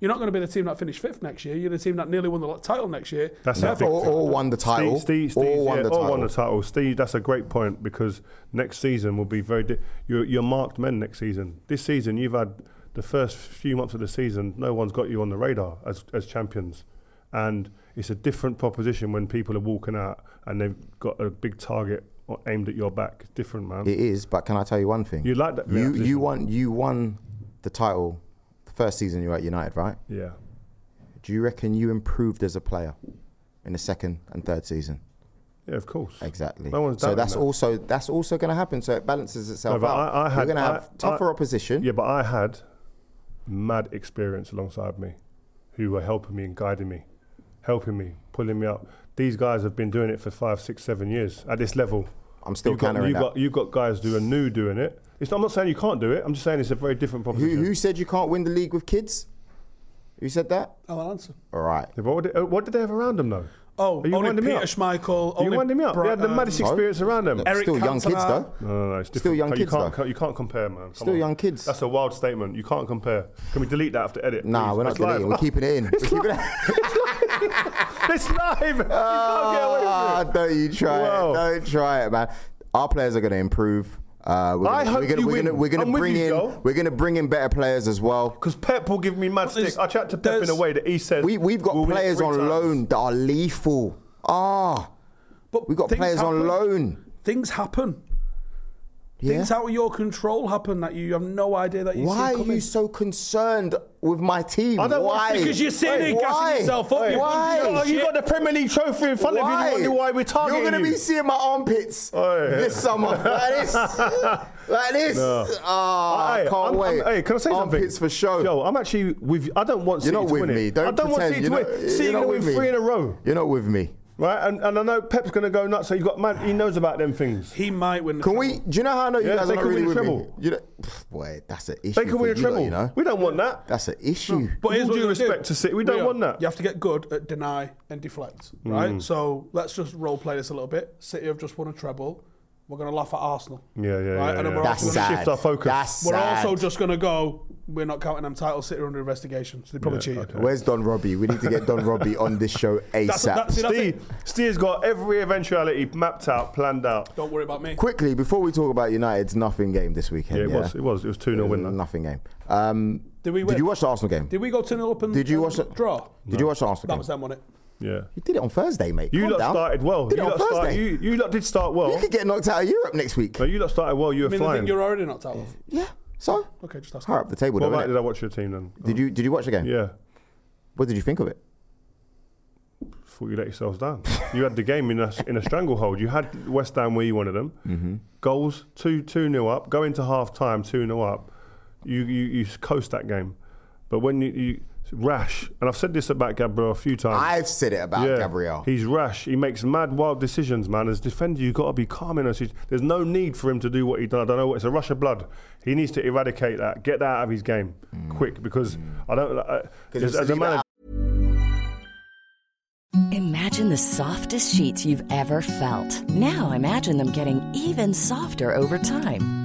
Speaker 2: You're not going to be the team that finished fifth next year. You're the team that nearly won the title next year.
Speaker 3: That's
Speaker 2: Therefore,
Speaker 3: a big
Speaker 4: Or, or won the title.
Speaker 3: Steve, Steve, Steve,
Speaker 4: or won
Speaker 3: yeah,
Speaker 4: the
Speaker 3: all
Speaker 4: title.
Speaker 3: won the title. Steve, that's a great point because next season will be very. Di- you're, you're marked men next season. This season, you've had the first few months of the season, no one's got you on the radar as, as champions. And it's a different proposition when people are walking out and they've got a big target aimed at your back. It's different, man.
Speaker 4: It is, but can I tell you one thing?
Speaker 3: You like that
Speaker 4: You
Speaker 3: position.
Speaker 4: you won you won the title the first season you were at United, right?
Speaker 3: yeah.
Speaker 4: Do you reckon you improved as a player in the second and third season?
Speaker 3: Yeah, of course.
Speaker 4: Exactly.
Speaker 3: No one's
Speaker 4: so
Speaker 3: doubting
Speaker 4: that's
Speaker 3: that.
Speaker 4: also that's also going to happen. So it balances
Speaker 3: No,
Speaker 4: itself
Speaker 3: but
Speaker 4: out.
Speaker 3: I- I
Speaker 4: You're
Speaker 3: had-
Speaker 4: going to
Speaker 3: I-
Speaker 4: have tougher
Speaker 3: I-
Speaker 4: opposition.
Speaker 3: Yeah, but I had mad experience alongside me who were helping me and guiding me, helping me, pulling me up. These guys have been doing it for five, six, seven years at this level.
Speaker 4: I'm still
Speaker 3: you've got,
Speaker 4: countering
Speaker 3: you've
Speaker 4: that.
Speaker 3: got, you've got guys who are new doing it. It's, I'm not saying you can't do it. I'm just saying it's a very different
Speaker 4: Who,
Speaker 3: proposition.
Speaker 4: who said you can't win the league with kids? Who said that?
Speaker 2: I'll answer.
Speaker 4: All right.
Speaker 3: Yeah, but what, did, uh, what did they have around them though?
Speaker 2: Oh,
Speaker 3: Are you
Speaker 2: only
Speaker 3: winding me
Speaker 2: Peter
Speaker 3: up?
Speaker 2: Schmeichel.
Speaker 3: you
Speaker 2: only um,
Speaker 3: winding me up. They had the
Speaker 2: Brighton.
Speaker 3: maddest
Speaker 4: No.
Speaker 3: experience around them.
Speaker 2: Eric
Speaker 4: still young kids
Speaker 2: Cantona.
Speaker 4: though.
Speaker 3: No, no, no, it's
Speaker 4: Still
Speaker 3: different.
Speaker 4: young
Speaker 3: you
Speaker 4: kids,
Speaker 3: can't,
Speaker 4: though.
Speaker 3: You can't compare, man. Come
Speaker 4: Still
Speaker 3: on.
Speaker 4: young kids.
Speaker 3: That's a wild statement. You can't compare. Can we delete that after edit?
Speaker 4: Nah,
Speaker 3: please?
Speaker 4: we're not
Speaker 3: It's
Speaker 4: deleting. it.
Speaker 3: live.
Speaker 4: We're keeping it in. We're keeping it.
Speaker 3: it's live. You
Speaker 4: Ah,
Speaker 3: can't get away with it.
Speaker 4: don't you try
Speaker 3: Wow.
Speaker 4: it. Don't try it, man. Our players are going to improve. Uh, we're gonna,
Speaker 3: I hope
Speaker 4: we're gonna,
Speaker 3: you
Speaker 4: we're gonna,
Speaker 3: win.
Speaker 4: we're gonna
Speaker 3: I'm with
Speaker 4: bring
Speaker 3: you,
Speaker 4: in
Speaker 3: Joel.
Speaker 4: we're going to bring in better players as well.
Speaker 3: Because Pep will give me mad
Speaker 2: There's-
Speaker 3: stick. I chat to Pep in
Speaker 2: there's-
Speaker 3: a way that he says
Speaker 4: We we've got
Speaker 3: we'll win it
Speaker 4: players
Speaker 3: three
Speaker 4: on
Speaker 3: times.
Speaker 4: loan that are lethal. Ah,
Speaker 2: But
Speaker 4: we've got
Speaker 2: things
Speaker 4: players on
Speaker 2: happen.
Speaker 4: loan.
Speaker 2: Things happen.
Speaker 4: Yeah.
Speaker 2: Things out of your control happen that you have no idea that you
Speaker 4: Why
Speaker 2: see
Speaker 4: are
Speaker 2: coming.
Speaker 4: you so concerned with my team?
Speaker 3: I don't want-
Speaker 4: Why?
Speaker 3: because
Speaker 2: you're sitting there gassing
Speaker 4: Why?
Speaker 2: yourself up, you
Speaker 4: Why?
Speaker 2: bloody
Speaker 3: Oh, you got the Premier League trophy in front of you. You wonder why we're targeting
Speaker 4: You're gonna
Speaker 3: you.
Speaker 4: be seeing my armpits
Speaker 3: Oh, yeah.
Speaker 4: this summer, like this, like this.
Speaker 3: No.
Speaker 4: Ah,
Speaker 3: Hey,
Speaker 4: I can't
Speaker 3: I'm-
Speaker 4: wait.
Speaker 3: I'm- hey, can I say something?
Speaker 4: Armpits for show.
Speaker 3: Yo, I'm actually with. I don't want.
Speaker 4: You're
Speaker 3: City
Speaker 4: not
Speaker 3: to
Speaker 4: with
Speaker 3: win it.
Speaker 4: me. Don't
Speaker 3: I don't want
Speaker 4: pretend.
Speaker 3: City to
Speaker 4: You're
Speaker 3: win.
Speaker 4: not-
Speaker 3: City
Speaker 4: you're not
Speaker 3: gonna win
Speaker 4: with me.
Speaker 3: three in a row,
Speaker 4: You're not with me.
Speaker 3: right? And, and I know Pep's gonna go nuts. So you got man. He knows about them things.
Speaker 2: He might win. the
Speaker 4: Can
Speaker 2: treble.
Speaker 4: we? Do you know how I know you
Speaker 3: Yeah,
Speaker 4: guys
Speaker 3: they
Speaker 4: are not
Speaker 3: can
Speaker 4: really
Speaker 3: win
Speaker 4: with
Speaker 3: a
Speaker 4: me?
Speaker 3: treble.
Speaker 4: You know, pff, boy, that's an issue.
Speaker 3: They can
Speaker 4: for
Speaker 3: win a
Speaker 4: you lot,
Speaker 3: treble.
Speaker 4: You know,
Speaker 3: We Hmm. don't want that.
Speaker 4: that's an issue.
Speaker 2: But here's
Speaker 3: All
Speaker 2: what
Speaker 3: due
Speaker 2: you gotta
Speaker 3: respect
Speaker 2: do.
Speaker 3: to City, we don't
Speaker 2: Rio,
Speaker 3: want that. Hmm.
Speaker 2: You have to get good at deny and deflect, right? So let's just role play this a little bit. City have just won a treble. We're going to laugh at Arsenal.
Speaker 3: Yeah, yeah,
Speaker 2: right?
Speaker 3: yeah,
Speaker 2: And then
Speaker 3: yeah.
Speaker 2: we're,
Speaker 4: that's
Speaker 2: also,
Speaker 3: gonna
Speaker 4: sad.
Speaker 3: shift our focus.
Speaker 4: That's
Speaker 2: we're
Speaker 4: sad.
Speaker 2: also just going to go, we're not counting them titles, City are under investigation. So they probably cheated.
Speaker 4: Where's Don Robbie? We need to get Don Robbie on this show ASAP.
Speaker 2: That's, that's, see, that's it.
Speaker 3: Steve, Steve's got every eventuality mapped out, planned out.
Speaker 2: Don't worry about me.
Speaker 4: Quickly, before we talk about United's nothing game this weekend.
Speaker 3: Yeah, it was. It was. It was 2 0 win. that.
Speaker 4: Nothing game. Um,
Speaker 2: Did we
Speaker 4: did
Speaker 2: win?
Speaker 4: you watch the Arsenal game?
Speaker 2: Did we go 10 0 up and
Speaker 4: Did you
Speaker 2: and
Speaker 4: watch the-
Speaker 2: draw?
Speaker 4: Did you watch the Arsenal
Speaker 2: That
Speaker 4: game?
Speaker 2: was them on it.
Speaker 3: Yeah.
Speaker 4: You did it on Thursday, mate.
Speaker 3: You
Speaker 4: Calm
Speaker 3: lot
Speaker 4: down.
Speaker 3: started well.
Speaker 4: Did
Speaker 3: you,
Speaker 4: it on
Speaker 3: lot start-
Speaker 4: Thursday.
Speaker 3: you, you lot did start well.
Speaker 4: You could get knocked out of Europe next week.
Speaker 3: No, you lot started well. You were
Speaker 2: I mean, I
Speaker 3: flying.
Speaker 2: think you're already knocked out of.
Speaker 4: Yeah. So
Speaker 2: Okay, just ask.
Speaker 4: higher up the table,
Speaker 3: What
Speaker 4: though.
Speaker 3: about
Speaker 4: innit?
Speaker 3: did I watch your team then?
Speaker 4: Did you Did you watch the game?
Speaker 3: Yeah.
Speaker 4: What did you think of it?
Speaker 3: Thought you let yourselves down. you had the game in a, in a stranglehold. You had West Ham where you wanted them. Mm-hmm. Goals, 2 2 0 up. Go into half time, 2 0 up. You, you, you coast that game. But when you, you rash, and I've said this about Gabriel a few times.
Speaker 4: I've said it about Gabriel.
Speaker 3: He's rash. Um, He makes mad, wild decisions, man. As defender, you've got to be calm in us. He's- There's no need for him to do what he done. I don't know. It's a rush of blood. He needs to eradicate that. Get that out of his game quick because I don't. I, as,
Speaker 4: Mm. it's
Speaker 3: as a
Speaker 4: Saliba
Speaker 3: manager,
Speaker 5: Imagine the softest sheets you've ever felt. Now imagine them getting even softer over time.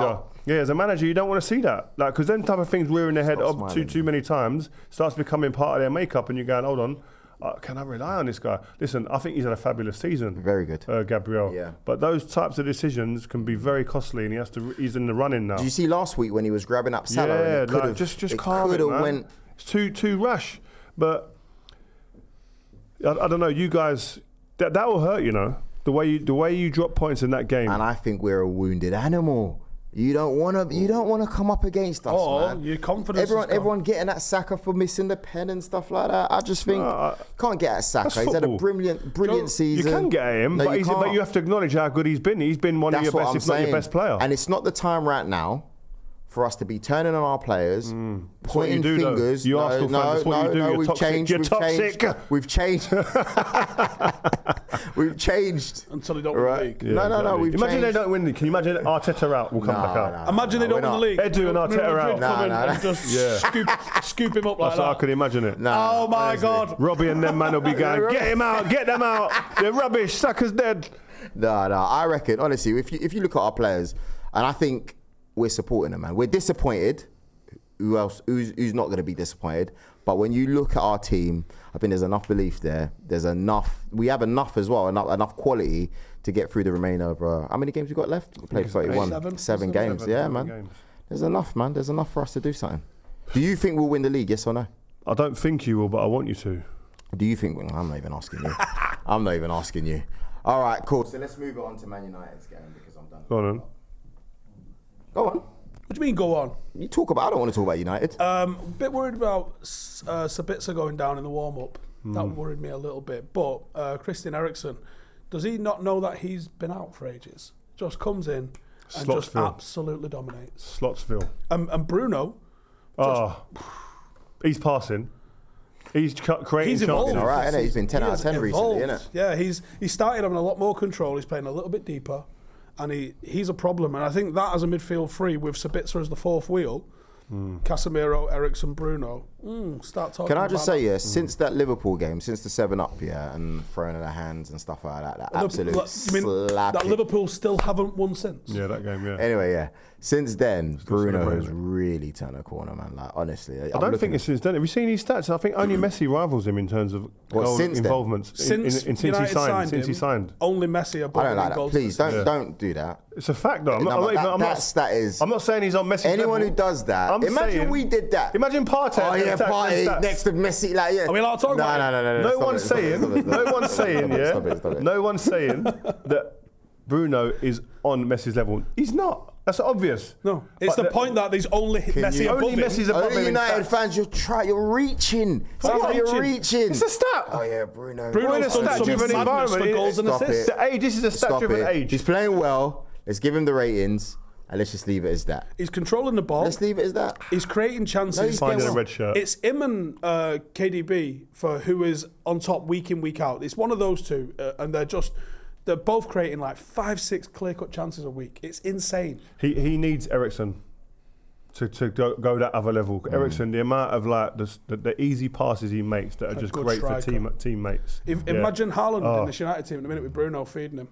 Speaker 3: yeah, as a manager, you don't want to see that. Like, because them type of things rearing their head
Speaker 4: Stop
Speaker 3: up too
Speaker 4: smiling.
Speaker 3: too many times starts becoming part of their makeup, and you're going, hold on. Uh, can I rely on this guy? Listen, I think he's had a fabulous season.
Speaker 4: Very good.
Speaker 3: uh, Gabriel.
Speaker 4: Yeah.
Speaker 3: But those types of decisions can be very costly, and he has to. He's in the running now.
Speaker 4: Did you see last week when he was grabbing up Salah? and
Speaker 3: yeah,
Speaker 4: it
Speaker 3: like,
Speaker 4: could've-
Speaker 3: just just
Speaker 4: it
Speaker 3: calm it,
Speaker 4: could've
Speaker 3: man.
Speaker 4: went.
Speaker 3: It's too too rash. But I, I don't know. You guys, that that will hurt. You know the way you the way you drop points in that game.
Speaker 4: And I think we're a wounded animal. You don't want to. You don't want to come up against us,
Speaker 3: Oh,
Speaker 2: Or
Speaker 4: man.
Speaker 2: your confidence is
Speaker 4: Everyone,
Speaker 2: gone.
Speaker 4: everyone getting at Saka for missing the pen and stuff like that. I just think
Speaker 3: I-
Speaker 4: can't get at Saka.
Speaker 3: That's
Speaker 4: He's had a
Speaker 3: football.
Speaker 4: brilliant, brilliant
Speaker 3: you
Speaker 4: season.
Speaker 3: can get at him,
Speaker 4: No,
Speaker 3: but, he's, but
Speaker 4: can't.
Speaker 3: you have to acknowledge how good he's been. He's been one
Speaker 4: That's
Speaker 3: of your
Speaker 4: what
Speaker 3: best,
Speaker 4: I'm
Speaker 3: if not
Speaker 4: saying.
Speaker 3: your best player.
Speaker 4: And it's not the time right now for us to be turning on our players,
Speaker 3: Mm. what you
Speaker 4: pointing
Speaker 3: do, though.
Speaker 4: fingers.
Speaker 3: You
Speaker 4: no,
Speaker 3: Arsenal fans,
Speaker 4: no,
Speaker 3: that's what
Speaker 4: no,
Speaker 3: you do.
Speaker 4: no,
Speaker 3: You're
Speaker 4: we've
Speaker 3: toxic.
Speaker 4: changed.
Speaker 3: You're
Speaker 4: we've
Speaker 3: toxic.
Speaker 4: changed. We've changed. We've changed.
Speaker 2: Until they don't win the
Speaker 4: Right?
Speaker 2: league.
Speaker 3: Yeah,
Speaker 4: no, no, no.
Speaker 3: exactly.
Speaker 4: We've
Speaker 3: Imagine
Speaker 4: changed.
Speaker 3: they don't win. the- Can you imagine Arteta out? We'll come
Speaker 4: Nah,
Speaker 3: back out.
Speaker 4: nah.
Speaker 2: Imagine they
Speaker 4: we're
Speaker 2: don't win the
Speaker 4: not.
Speaker 2: league.
Speaker 3: Edu and
Speaker 2: Real
Speaker 3: Arteta are
Speaker 2: Madrid
Speaker 3: out.
Speaker 2: come in
Speaker 4: Nah, nah,
Speaker 2: and just
Speaker 3: Yeah.
Speaker 2: scoop, scoop him up like
Speaker 3: That's how I
Speaker 2: that.
Speaker 3: could imagine it.
Speaker 4: Nah,
Speaker 2: oh my
Speaker 4: honestly.
Speaker 2: God.
Speaker 3: Robbie and them man will be going, get him out, get them out. They're rubbish, suckers dead.
Speaker 4: No, no. uh, I reckon, honestly, if you if you look at our players, and I think we're supporting them, man. We're disappointed. Who else? Who's who's not going to be disappointed? But when you look at our team, I think there's enough belief there. There's enough. We have enough as well. Enough enough quality to get through the remainder of uh, how many games we got left? We played 31,
Speaker 2: Seven.
Speaker 4: seven,
Speaker 2: Seven.
Speaker 4: games.
Speaker 2: Seven.
Speaker 4: yeah,
Speaker 2: Seven
Speaker 4: man.
Speaker 3: games.
Speaker 4: There's enough, man. There's enough for us to do something. Do you think we'll win the league? Yes or no?
Speaker 3: I don't think you will, but I want you to.
Speaker 4: Do you think? Well, I'm not even asking you. I'm not even asking you. All right, cool. So let's move it on to Man United's game because I'm done.
Speaker 3: Go on. then.
Speaker 4: Go on.
Speaker 2: What do you mean, go on?
Speaker 4: You talk about. I don't want to talk about United.
Speaker 2: Um, a bit worried about S- uh, Sabitzer going down in the warm up. That worried me a little bit. But uh, Christian Eriksen, does he not know that he's been out for ages? Just comes in and just
Speaker 3: Slotsville.
Speaker 2: absolutely dominates.
Speaker 3: Slotsville.
Speaker 2: Um, and Bruno,
Speaker 3: Oh, he's passing. He's cu- creating
Speaker 2: he's
Speaker 3: chances.
Speaker 2: evolved.
Speaker 4: all right,
Speaker 2: this
Speaker 4: innit? He's been 10
Speaker 2: season.
Speaker 4: out of
Speaker 2: He
Speaker 4: 10
Speaker 2: has
Speaker 4: recently,
Speaker 2: evolved.
Speaker 4: innit?
Speaker 2: Yeah, he's he started having a lot more control. He's playing a little bit deeper, and he, he's a problem. And I think that as a midfield three with Sabitzer as the fourth wheel, Casemiro, Eriksen, Bruno, mm, start talking.
Speaker 4: Hmm. Can I just
Speaker 2: about
Speaker 4: say, yeah, since that Liverpool game, since the 7 up, yeah, and throwing of the hands and stuff like that, that absolute
Speaker 2: Look, you mean
Speaker 4: slap.
Speaker 2: that
Speaker 4: it.
Speaker 2: Liverpool still haven't won since.
Speaker 3: Yeah, that game, yeah.
Speaker 4: Anyway, yeah. Since then, Bruno
Speaker 3: celebrating
Speaker 4: has
Speaker 3: it.
Speaker 4: really turned a corner, man. Like, honestly.
Speaker 3: I don't think it's since then. Have you seen his stats? I think only Messi rivals him in terms of
Speaker 4: Well,
Speaker 3: goal
Speaker 4: since then?
Speaker 3: involvements. in-
Speaker 2: Since,
Speaker 3: in, in, since he
Speaker 2: United
Speaker 3: signed.
Speaker 2: signed
Speaker 3: since he
Speaker 2: him,
Speaker 3: signed.
Speaker 2: only Messi above
Speaker 4: I don't like that.
Speaker 2: goals.
Speaker 4: Please, don't, don't do that.
Speaker 3: It's a fact, though. I'm,
Speaker 4: No,
Speaker 3: not,
Speaker 4: but
Speaker 3: I'm, not even-
Speaker 4: that-
Speaker 3: I'm
Speaker 4: that's-
Speaker 3: not,
Speaker 4: that is-
Speaker 3: I'm not saying he's on Messi.
Speaker 4: Anyone who does that, imagine we did that.
Speaker 3: Imagine Partey.
Speaker 4: Oh, yeah,
Speaker 3: attacked
Speaker 4: party
Speaker 3: his stats.
Speaker 4: next to Messi, like, yeah.
Speaker 2: Are we allowed to talk
Speaker 4: no,
Speaker 2: about
Speaker 4: no,
Speaker 2: it?
Speaker 4: no, no, no.
Speaker 3: No
Speaker 4: stop
Speaker 3: one's
Speaker 4: it, stop it,
Speaker 3: saying.
Speaker 4: stop it, stop
Speaker 3: No
Speaker 4: it,
Speaker 3: one's
Speaker 4: stop it,
Speaker 3: saying.
Speaker 4: stop it,
Speaker 3: Yeah.
Speaker 4: stop it, stop it.
Speaker 3: No one's saying that Bruno is on Messi's level. He's not. That's obvious.
Speaker 2: No, it's
Speaker 3: But
Speaker 2: the point that there's only Messi
Speaker 4: you-
Speaker 2: above
Speaker 3: Only
Speaker 2: him.
Speaker 3: Messi's above him.
Speaker 4: Only
Speaker 3: in
Speaker 4: United
Speaker 3: stats.
Speaker 4: fans, you're trying, you're reaching. Somehow
Speaker 2: what?
Speaker 4: you're
Speaker 2: Reaching.
Speaker 4: reaching.
Speaker 3: It's a stat.
Speaker 4: Oh yeah, Bruno.
Speaker 2: Bruno's
Speaker 3: We're in a
Speaker 2: done some
Speaker 3: stat-driven
Speaker 2: madness
Speaker 3: environment.
Speaker 2: for goals and
Speaker 4: Stop it.
Speaker 2: assists.
Speaker 3: The age. This is a
Speaker 4: Stop
Speaker 3: stat-driven
Speaker 4: it. He's
Speaker 3: age.
Speaker 4: playing well. Let's give him the ratings and let's just leave it as that.
Speaker 2: He's controlling the ball.
Speaker 4: Let's leave it as that.
Speaker 2: He's creating chances.
Speaker 4: No, he's
Speaker 3: Finding getting a well. red shirt.
Speaker 2: It's him and uh, KDB for who is on top week in week out. It's one of those two, uh, and they're just they're both creating like five, six clear cut chances a week. It's insane.
Speaker 3: He he needs Ericsson to, to go, go that other level.
Speaker 4: Mm.
Speaker 3: Ericsson, the amount of like the, s- the, the easy passes he makes that are just
Speaker 2: good
Speaker 3: great for
Speaker 2: striker.
Speaker 3: team, teammates.
Speaker 2: If,
Speaker 3: Yeah. Oh.
Speaker 2: Imagine Haaland in this United team in a minute with Bruno feeding him.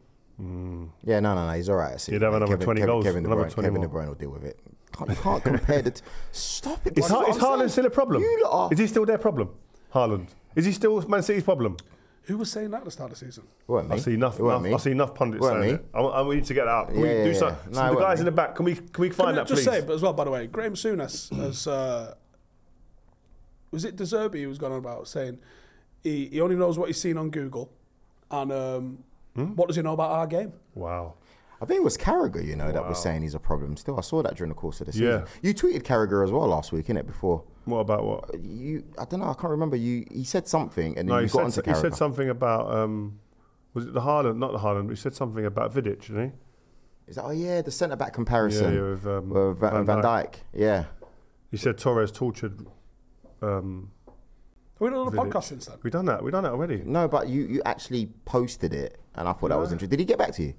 Speaker 4: Yeah, no, no, no. He's all right. See,
Speaker 3: He'd have another 20
Speaker 4: Kevin,
Speaker 3: goals,
Speaker 4: Kevin De
Speaker 3: another
Speaker 4: Bruyne,
Speaker 3: 20
Speaker 4: Kevin De
Speaker 3: more.
Speaker 4: Bruyne will deal with it. Can't, you can't compare that. Stop it.
Speaker 3: Is,
Speaker 4: bro.
Speaker 3: Har- is
Speaker 4: That's what I'm
Speaker 3: Haaland still a problem?
Speaker 4: You lot are.
Speaker 3: Is he still their problem? Haaland. Is he still Man City's problem?
Speaker 2: Who was saying that at the start of the season?
Speaker 4: Weren't
Speaker 3: I
Speaker 4: me.
Speaker 3: see enough.
Speaker 4: It weren't
Speaker 3: enough
Speaker 4: me.
Speaker 3: I see enough pundits
Speaker 4: Weren't
Speaker 3: saying
Speaker 4: me.
Speaker 3: it. I, I- we need to get that out. Can
Speaker 4: Yeah,
Speaker 3: we
Speaker 4: yeah,
Speaker 3: do
Speaker 4: yeah.
Speaker 3: something?
Speaker 4: No,
Speaker 3: So
Speaker 4: it
Speaker 3: the
Speaker 4: weren't
Speaker 3: guys
Speaker 4: me.
Speaker 3: in the back. Can we can we
Speaker 2: Can
Speaker 3: find
Speaker 2: I
Speaker 3: that
Speaker 2: just
Speaker 3: please?
Speaker 2: say, but as well, by the way, Graham Souness has. Uh, was it Deserby who was going on about saying he, he only knows what he's seen on Google and um,
Speaker 3: Hmm?
Speaker 2: what does he know about our game?
Speaker 3: wow.
Speaker 4: I think it was Carragher, you know, that was saying he's a problem. Still, I saw that during the course of the season.
Speaker 3: Yeah.
Speaker 4: You tweeted Carragher as well last week, innit? Before
Speaker 3: What about what?
Speaker 4: you, I don't know. I can't remember. You, he said something, and then
Speaker 3: No,
Speaker 4: you
Speaker 3: he
Speaker 4: got
Speaker 3: said,
Speaker 4: onto
Speaker 3: he
Speaker 4: Carragher.
Speaker 3: said something about um, was it the Haaland? Not the Haaland. But he said something about Vidic, didn't he?
Speaker 4: Is that, oh yeah, the centre back comparison
Speaker 3: Yeah, yeah, with, um,
Speaker 4: with Van,
Speaker 3: Van
Speaker 4: Van
Speaker 3: Dijk.
Speaker 4: Dyke. Yeah,
Speaker 3: He said Torres tortured. Um,
Speaker 2: Are we done on a
Speaker 3: Vidic.
Speaker 2: podcast since then?
Speaker 3: We done that. We done that already.
Speaker 4: no, but you you actually posted it, and I thought that was
Speaker 3: Yeah.
Speaker 4: interesting. Did he get back to you?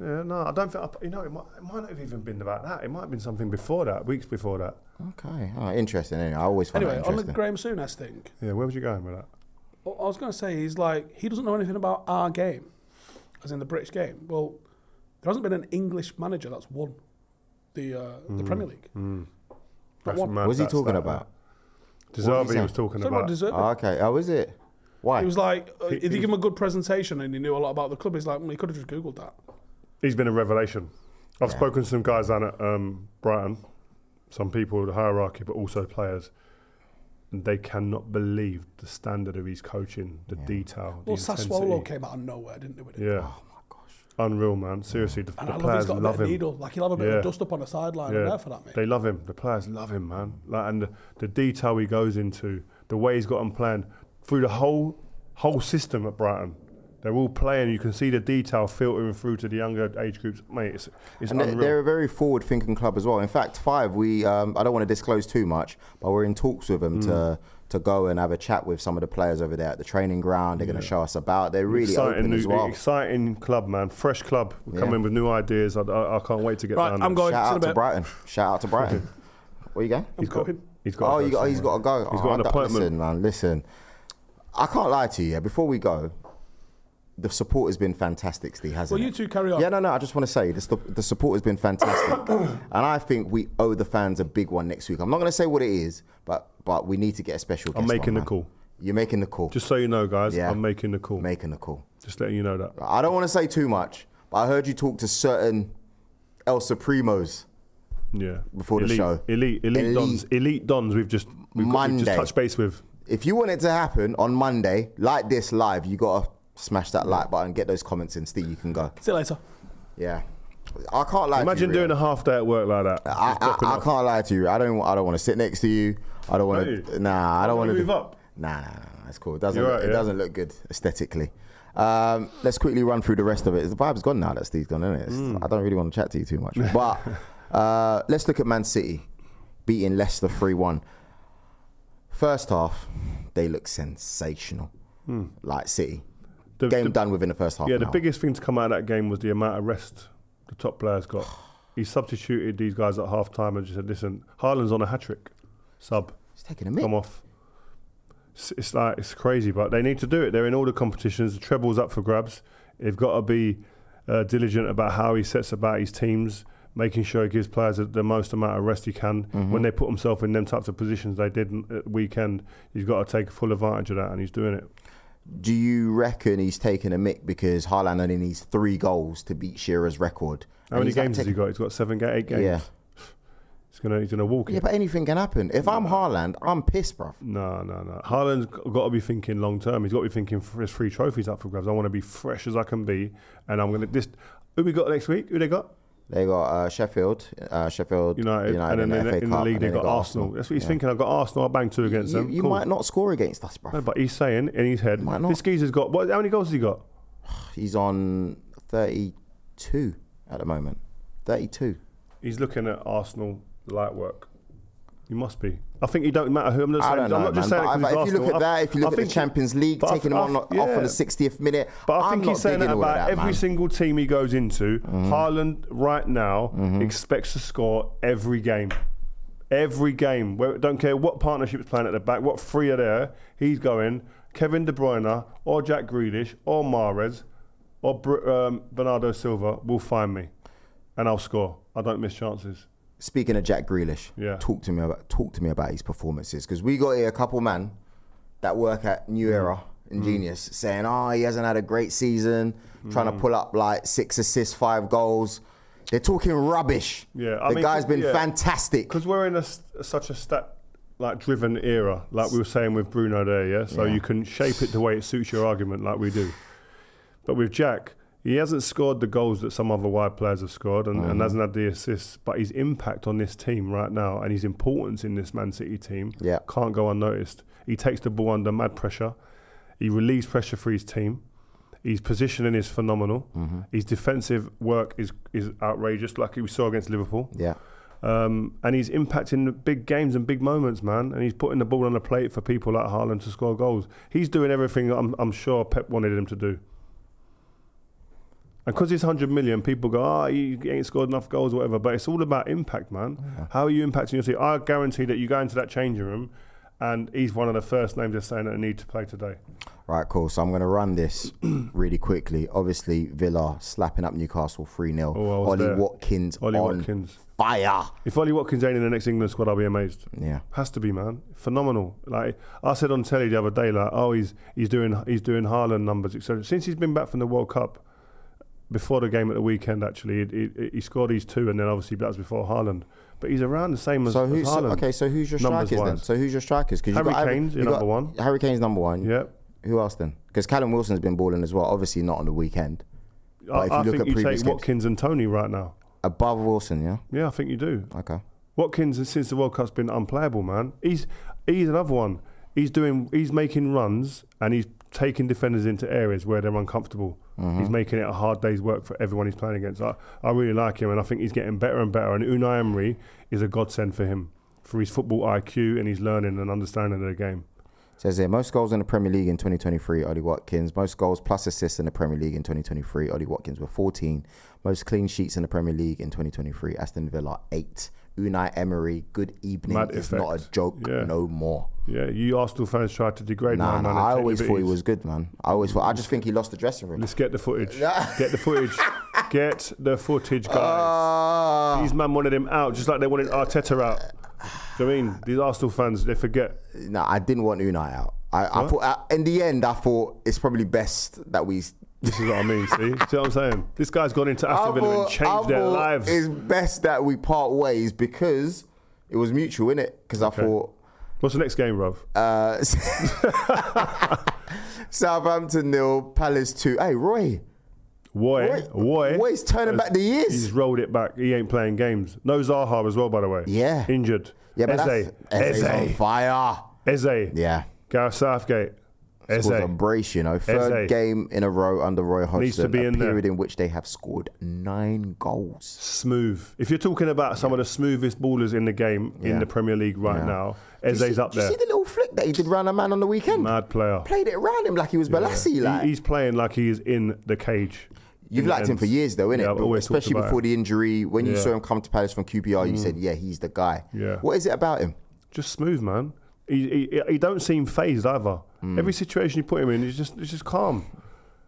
Speaker 3: Yeah, no, I don't think. I, you know, it might, it might not have even been about that. It might have been something before that, weeks before that.
Speaker 4: Okay, oh, interesting. Anyway, I always find
Speaker 2: Anyway,
Speaker 4: that
Speaker 2: on the
Speaker 4: interesting.
Speaker 2: Graham Souness thing,
Speaker 3: Yeah, where was you going with that?
Speaker 2: I I was going to say he's like, he doesn't know anything about our game, as in the British game. Well, there hasn't been an English manager that's won the, uh, the
Speaker 3: Hmm.
Speaker 2: Premier League.
Speaker 3: That's
Speaker 2: one-
Speaker 3: mad,
Speaker 4: what was he
Speaker 3: that's
Speaker 4: talking
Speaker 3: that.
Speaker 4: about?
Speaker 3: Deserve
Speaker 4: he
Speaker 3: he
Speaker 4: say?
Speaker 3: was talking
Speaker 2: So about
Speaker 3: about.
Speaker 2: Deserby.
Speaker 4: Oh, okay, oh, is it? Why?
Speaker 2: He was like, uh,
Speaker 3: He-
Speaker 2: if you
Speaker 3: he-
Speaker 2: give him a good presentation and he knew a lot about the club, he's like, well, he could have just Googled that.
Speaker 3: He's been a revelation. I've spoken to some guys down at um, Brighton, some people with the hierarchy, but also players. And they cannot believe the standard of his coaching, the detail,
Speaker 2: Well,
Speaker 3: the
Speaker 2: Sassuolo
Speaker 3: intensity.
Speaker 2: came out of nowhere, didn't they? with it?
Speaker 3: Yeah. Oh my gosh. Unreal, man. Seriously, the,
Speaker 2: And
Speaker 3: the
Speaker 2: I love he's
Speaker 3: players
Speaker 2: got a
Speaker 3: love
Speaker 2: bit of
Speaker 3: him.
Speaker 2: needle. Like he'll have a bit
Speaker 3: Yeah.
Speaker 2: of dust up on the sideline. I'm there for that, mate.
Speaker 3: They love him. The players love him, man. Like, and the, the detail he goes into, the way he's got him planned through the whole whole system at Brighton. They're all playing. You can see the detail filtering through to the younger age groups. Mate, it's, it's
Speaker 4: And they-
Speaker 3: unreal.
Speaker 4: they're a very forward-thinking club as well. In fact, Five, we um, I don't want to disclose too much, but we're in talks with them
Speaker 3: Mm.
Speaker 4: to to go and have a chat with some of the players over there at the training ground. They're going to show us about. They're really
Speaker 3: exciting,
Speaker 4: open
Speaker 3: new,
Speaker 4: as well.
Speaker 3: exciting club, man. Fresh club. We're coming with new ideas. I, I, I can't wait to get
Speaker 2: Right,
Speaker 3: down
Speaker 2: I'm
Speaker 3: there.
Speaker 2: going
Speaker 4: Shout
Speaker 2: to
Speaker 4: out
Speaker 2: the
Speaker 4: to
Speaker 2: bit.
Speaker 4: Brighton. Shout out to Brighton. Where you going?
Speaker 3: He's got,
Speaker 2: going.
Speaker 3: he's got
Speaker 4: Oh,
Speaker 3: to
Speaker 4: you
Speaker 3: go
Speaker 4: got, he's got
Speaker 3: somewhere.
Speaker 4: to go.
Speaker 3: He's
Speaker 4: Oh,
Speaker 3: got
Speaker 4: I
Speaker 3: an
Speaker 4: don't-
Speaker 3: appointment.
Speaker 4: Listen, man, listen. I can't lie to you. yeah. Before we go, the support has been fantastic, Steve, hasn't
Speaker 2: Well, you
Speaker 4: it?
Speaker 2: two carry on.
Speaker 4: Yeah, no, no. I just want to say this, the, the support has been fantastic, and I think we owe the fans a big one next week. I'm not going to say what it is, but but we need to get a special.
Speaker 3: I'm
Speaker 4: guest on,
Speaker 3: making the
Speaker 4: man.
Speaker 3: call.
Speaker 4: You're making the call.
Speaker 3: Just so you know, guys,
Speaker 4: Yeah.
Speaker 3: I'm making the call.
Speaker 4: making the call.
Speaker 3: Just letting you know that.
Speaker 4: I don't want to say too much, but I heard you talk to certain El Supremos.
Speaker 3: Yeah.
Speaker 4: Before the
Speaker 3: elite,
Speaker 4: show.
Speaker 3: Elite, elite,
Speaker 4: Elite.
Speaker 3: dons, elite dons. We've just we've, got, we've
Speaker 4: Monday.
Speaker 3: just touched base with.
Speaker 4: If you want it to happen on Monday, like this live, you gotta smash that like button, get those comments in. Steve, you can go.
Speaker 2: See you later.
Speaker 4: Yeah, I can't lie.
Speaker 3: Imagine
Speaker 4: to you,
Speaker 3: doing a half day at work like that.
Speaker 4: I,
Speaker 3: Just dropping
Speaker 4: I, I
Speaker 3: off.
Speaker 4: can't lie to you. I don't. I don't want to sit next to you. I don't want
Speaker 3: Don't you?
Speaker 4: to. Nah, I don't
Speaker 3: Why
Speaker 4: want
Speaker 3: don't
Speaker 4: to
Speaker 3: you move up?
Speaker 4: Nah, nah, nah. It's cool. It doesn't.
Speaker 3: You're right,
Speaker 4: it
Speaker 3: yeah.
Speaker 4: doesn't look good aesthetically. Um, let's quickly run through the rest of it. The vibe's gone now that Steve's gone, isn't it? It's-
Speaker 3: Mm.
Speaker 4: I don't really want to chat to you too much. But uh, let's look at Man City beating Leicester three-one. First half, they look sensational. Like City,
Speaker 3: Hmm. The-
Speaker 4: game
Speaker 3: the-
Speaker 4: done within the first half.
Speaker 3: Yeah,
Speaker 4: an
Speaker 3: the
Speaker 4: hour.
Speaker 3: biggest thing to come out of that game was the amount of rest the top players got. he substituted these guys at half time and just said, "Listen, Haaland's on a hat trick, sub,
Speaker 4: It's taking a minute.
Speaker 3: come off." It's, it's like it's crazy, but they need to do it. They're in all the competitions. The treble's up for grabs. They've got to be uh, diligent about how he sets about his teams, making sure he gives players the- the most amount of rest he can.
Speaker 4: Mm-hmm.
Speaker 3: When they put themselves in them types of positions they did at the weekend, he's got to take full advantage of that, and he's doing it.
Speaker 4: Do you reckon he's taking a mick because Haaland only needs three goals to beat Shearer's record?
Speaker 3: How
Speaker 4: And
Speaker 3: many
Speaker 4: he's like
Speaker 3: games has he
Speaker 4: taking-
Speaker 3: got? He's got seven, ga- eight games.
Speaker 4: Yeah.
Speaker 3: He's gonna, he's gonna walk it.
Speaker 4: Yeah, but anything can happen. If I'm Haaland, I'm pissed, bruv.
Speaker 3: No, no, no. Haaland's g- got to be thinking long term. He's got to be thinking f- there's three trophies up for grabs. I want to be fresh as I can be, and I'm gonna this. Who we got next week? Who they got?
Speaker 4: They got uh, Sheffield, uh, Sheffield
Speaker 3: United, and
Speaker 4: United, in
Speaker 3: then
Speaker 4: the
Speaker 3: in,
Speaker 4: FA
Speaker 3: in the
Speaker 4: Cup,
Speaker 3: league
Speaker 4: and
Speaker 3: they
Speaker 4: then
Speaker 3: got Arsenal. That's what he's thinking. I've got Arsenal. I will bang two against
Speaker 4: You,
Speaker 3: them.
Speaker 4: you
Speaker 3: Cool.
Speaker 4: might not score against us, bruv.
Speaker 3: No, but he's saying in his head,
Speaker 4: Might not.
Speaker 3: this geezer's got what? How many goals has he got?
Speaker 4: He's on 32 at the moment. 32.
Speaker 3: He's looking at Arsenal light work. You must be. I think you don't matter who. I'm not saying.
Speaker 4: I don't know,
Speaker 3: am not just
Speaker 4: man.
Speaker 3: saying
Speaker 4: But,
Speaker 3: it 'cause
Speaker 4: but
Speaker 3: he's
Speaker 4: if you look at
Speaker 3: Arsenal. I-
Speaker 4: that, if you
Speaker 3: I
Speaker 4: look at the
Speaker 3: think-
Speaker 4: Champions League,
Speaker 3: but I
Speaker 4: taking him
Speaker 3: th-
Speaker 4: on
Speaker 3: I
Speaker 4: off
Speaker 3: th-
Speaker 4: for the
Speaker 3: yeah.
Speaker 4: 60th minute,
Speaker 3: But I
Speaker 4: I'm
Speaker 3: think
Speaker 4: not
Speaker 3: he's saying
Speaker 4: digging
Speaker 3: that
Speaker 4: all of
Speaker 3: about
Speaker 4: that,
Speaker 3: every
Speaker 4: man. Mm-hmm.
Speaker 3: single team he goes into. Haaland right now expects to score every game. Every game. Where, don't care what partnership's playing at the back, what three are there, he's going Kevin De Bruyne or Jack Grealish or Mares or Br- um, Bernardo Silva will find me and I'll score. I don't miss chances.
Speaker 4: Speaking of Jack Grealish,
Speaker 3: Yeah.
Speaker 4: talk to me about talk to me about his performances because we got here a couple man that work at
Speaker 3: Mm.
Speaker 4: New Era and Genius saying, "Oh, he hasn't had a great season, trying
Speaker 3: Mm.
Speaker 4: to pull up like six assists, five goals." They're talking rubbish.
Speaker 3: Yeah, I
Speaker 4: the
Speaker 3: mean,
Speaker 4: guy's been
Speaker 3: yeah.
Speaker 4: fantastic.
Speaker 3: because we're in a s such a stat like driven era, like we were saying with Bruno there, yeah. So you can shape it the way it suits your argument, like we do. But with Jack, he hasn't scored the goals that some other wide players have scored, and, and hasn't had the assists. But his impact on this team right now, and his importance in this Man City team,
Speaker 4: Yeah.
Speaker 3: can't go unnoticed. He takes the ball under mad pressure. He relieves pressure for his team. His positioning is phenomenal. His defensive work is is outrageous, like we saw against Liverpool
Speaker 4: Yeah,
Speaker 3: um, and he's impacting the big games and big moments, man. And he's putting the ball on the plate for people like Haaland to score goals. He's doing everything I'm, I'm sure Pep wanted him to do. And because he's 100 million, people go, ah, he ain't scored enough goals or whatever. But it's all about impact, man. How are you impacting your team? I guarantee that you go into that changing room and he's one of the first names they're saying that they need to play today.
Speaker 4: right, cool. So I'm going to run this really quickly. Obviously, Villa slapping up Newcastle three 0
Speaker 3: Oh, I was
Speaker 4: Ollie
Speaker 3: there.
Speaker 4: Watkins
Speaker 3: Ollie
Speaker 4: on
Speaker 3: Watkins.
Speaker 4: fire.
Speaker 3: If Ollie Watkins ain't in the next England squad, I'll be amazed.
Speaker 4: Yeah.
Speaker 3: Has to be, man. Phenomenal. Like I said on telly the other day, like, oh, he's he's doing he's doing Haaland numbers, etc. Since he's been back from the World Cup, before the game at the weekend, actually, he, he, he scored these two, and then obviously that was before Haaland. But he's around the same as,
Speaker 4: So
Speaker 3: as
Speaker 4: who's so,
Speaker 3: Haaland.
Speaker 4: okay? So who's your
Speaker 3: Numbers
Speaker 4: strikers then?
Speaker 3: wise.
Speaker 4: So who's your strikers? Because
Speaker 3: Harry Kane's your number one.
Speaker 4: Harry Kane's number one.
Speaker 3: Yeah.
Speaker 4: Who else then? Because Callum Wilson's been balling as well. Obviously not on the weekend. But
Speaker 3: I,
Speaker 4: if
Speaker 3: I
Speaker 4: you look
Speaker 3: think
Speaker 4: at
Speaker 3: you
Speaker 4: previous
Speaker 3: take
Speaker 4: games-
Speaker 3: Watkins and Tony right now.
Speaker 4: Above Wilson, yeah.
Speaker 3: Yeah, I think you do.
Speaker 4: Okay.
Speaker 3: Watkins, since the World Cup's been unplayable, man, he's he's another one. he's doing he's making runs and he's taking defenders into areas where they're uncomfortable.
Speaker 4: Mm-hmm.
Speaker 3: He's making it a hard day's work for everyone he's playing against. I, I really like him and I think he's getting better and better. And Unai Emery is a godsend for him for his football IQ and his learning and understanding of the game.
Speaker 4: Says here, most goals in the Premier League in 2023, Ollie Watkins. Most goals plus assists in the Premier League in 2023, Ollie Watkins with 14. Most clean sheets in the Premier League in 2023, Aston Villa 8. Unai Emery, good evening.
Speaker 3: Mad
Speaker 4: it's
Speaker 3: effect.
Speaker 4: not a joke
Speaker 3: Yeah.
Speaker 4: no more.
Speaker 3: Yeah, you Arsenal fans tried to degrade
Speaker 4: Nah,
Speaker 3: my man.
Speaker 4: nah,
Speaker 3: and
Speaker 4: I
Speaker 3: take the
Speaker 4: always thought he
Speaker 3: bitties.
Speaker 4: was good, man. I always thought. I just think he lost the dressing room.
Speaker 3: Let's get the footage. get the footage. Get the footage, guys.
Speaker 4: Ah,
Speaker 3: These man wanted him out, just like they wanted Arteta out. Do you know what I mean these Arsenal fans? They forget.
Speaker 4: no, I didn't want Unai out. I, I thought I, in the end, I thought it's probably best that we.
Speaker 3: This is what I mean. See, see what I'm saying? This guy's gone into Aston Villa and
Speaker 4: I
Speaker 3: changed their
Speaker 4: thought
Speaker 3: lives.
Speaker 4: It's best that we part ways because it was mutual, innit? Because I thought
Speaker 3: What's the next game, Rob?
Speaker 4: Uh, Southampton nil, Palace two. Hey, Roy.
Speaker 3: Roy,
Speaker 4: Roy-
Speaker 3: Roy,
Speaker 4: Roy's turning
Speaker 3: has-
Speaker 4: back the years.
Speaker 3: He's rolled it back. He ain't playing games. No Zaha as well, by the way.
Speaker 4: Yeah.
Speaker 3: injured.
Speaker 4: Yeah, but
Speaker 3: Eze,
Speaker 4: that's Eze's on
Speaker 3: Eze,
Speaker 4: fire.
Speaker 3: Eze.
Speaker 4: Yeah.
Speaker 3: Gareth Southgate. Eze.
Speaker 4: It was a brace, you know. Third
Speaker 3: Eze.
Speaker 4: game in a row under Roy Hodgson.
Speaker 3: Needs to be
Speaker 4: a
Speaker 3: in there.
Speaker 4: period in which they have scored nine goals.
Speaker 3: smooth. If you're talking about some of the smoothest ballers in the game in
Speaker 4: Yeah.
Speaker 3: the Premier League right now, Eze's
Speaker 4: Did you see-
Speaker 3: up
Speaker 4: did
Speaker 3: there.
Speaker 4: you see the little flick that he did round a man on the weekend?
Speaker 3: Mad player.
Speaker 4: Played it around him like he was Balassi. Like.
Speaker 3: He- he's playing like he is in the cage.
Speaker 4: You've
Speaker 3: In the
Speaker 4: liked him
Speaker 3: ends.
Speaker 4: for years, though, innit?
Speaker 3: Yeah, I've
Speaker 4: But
Speaker 3: always talked
Speaker 4: Especially
Speaker 3: about
Speaker 4: before
Speaker 3: him.
Speaker 4: the injury. When you
Speaker 3: Yeah. Mm.
Speaker 4: saw him come to Palace from QPR, you said, yeah, he's the guy.
Speaker 3: Yeah.
Speaker 4: What is it about him?
Speaker 3: Just smooth, man. He, he, he don't seem phased either. Every situation you put him in, he's just he's just calm.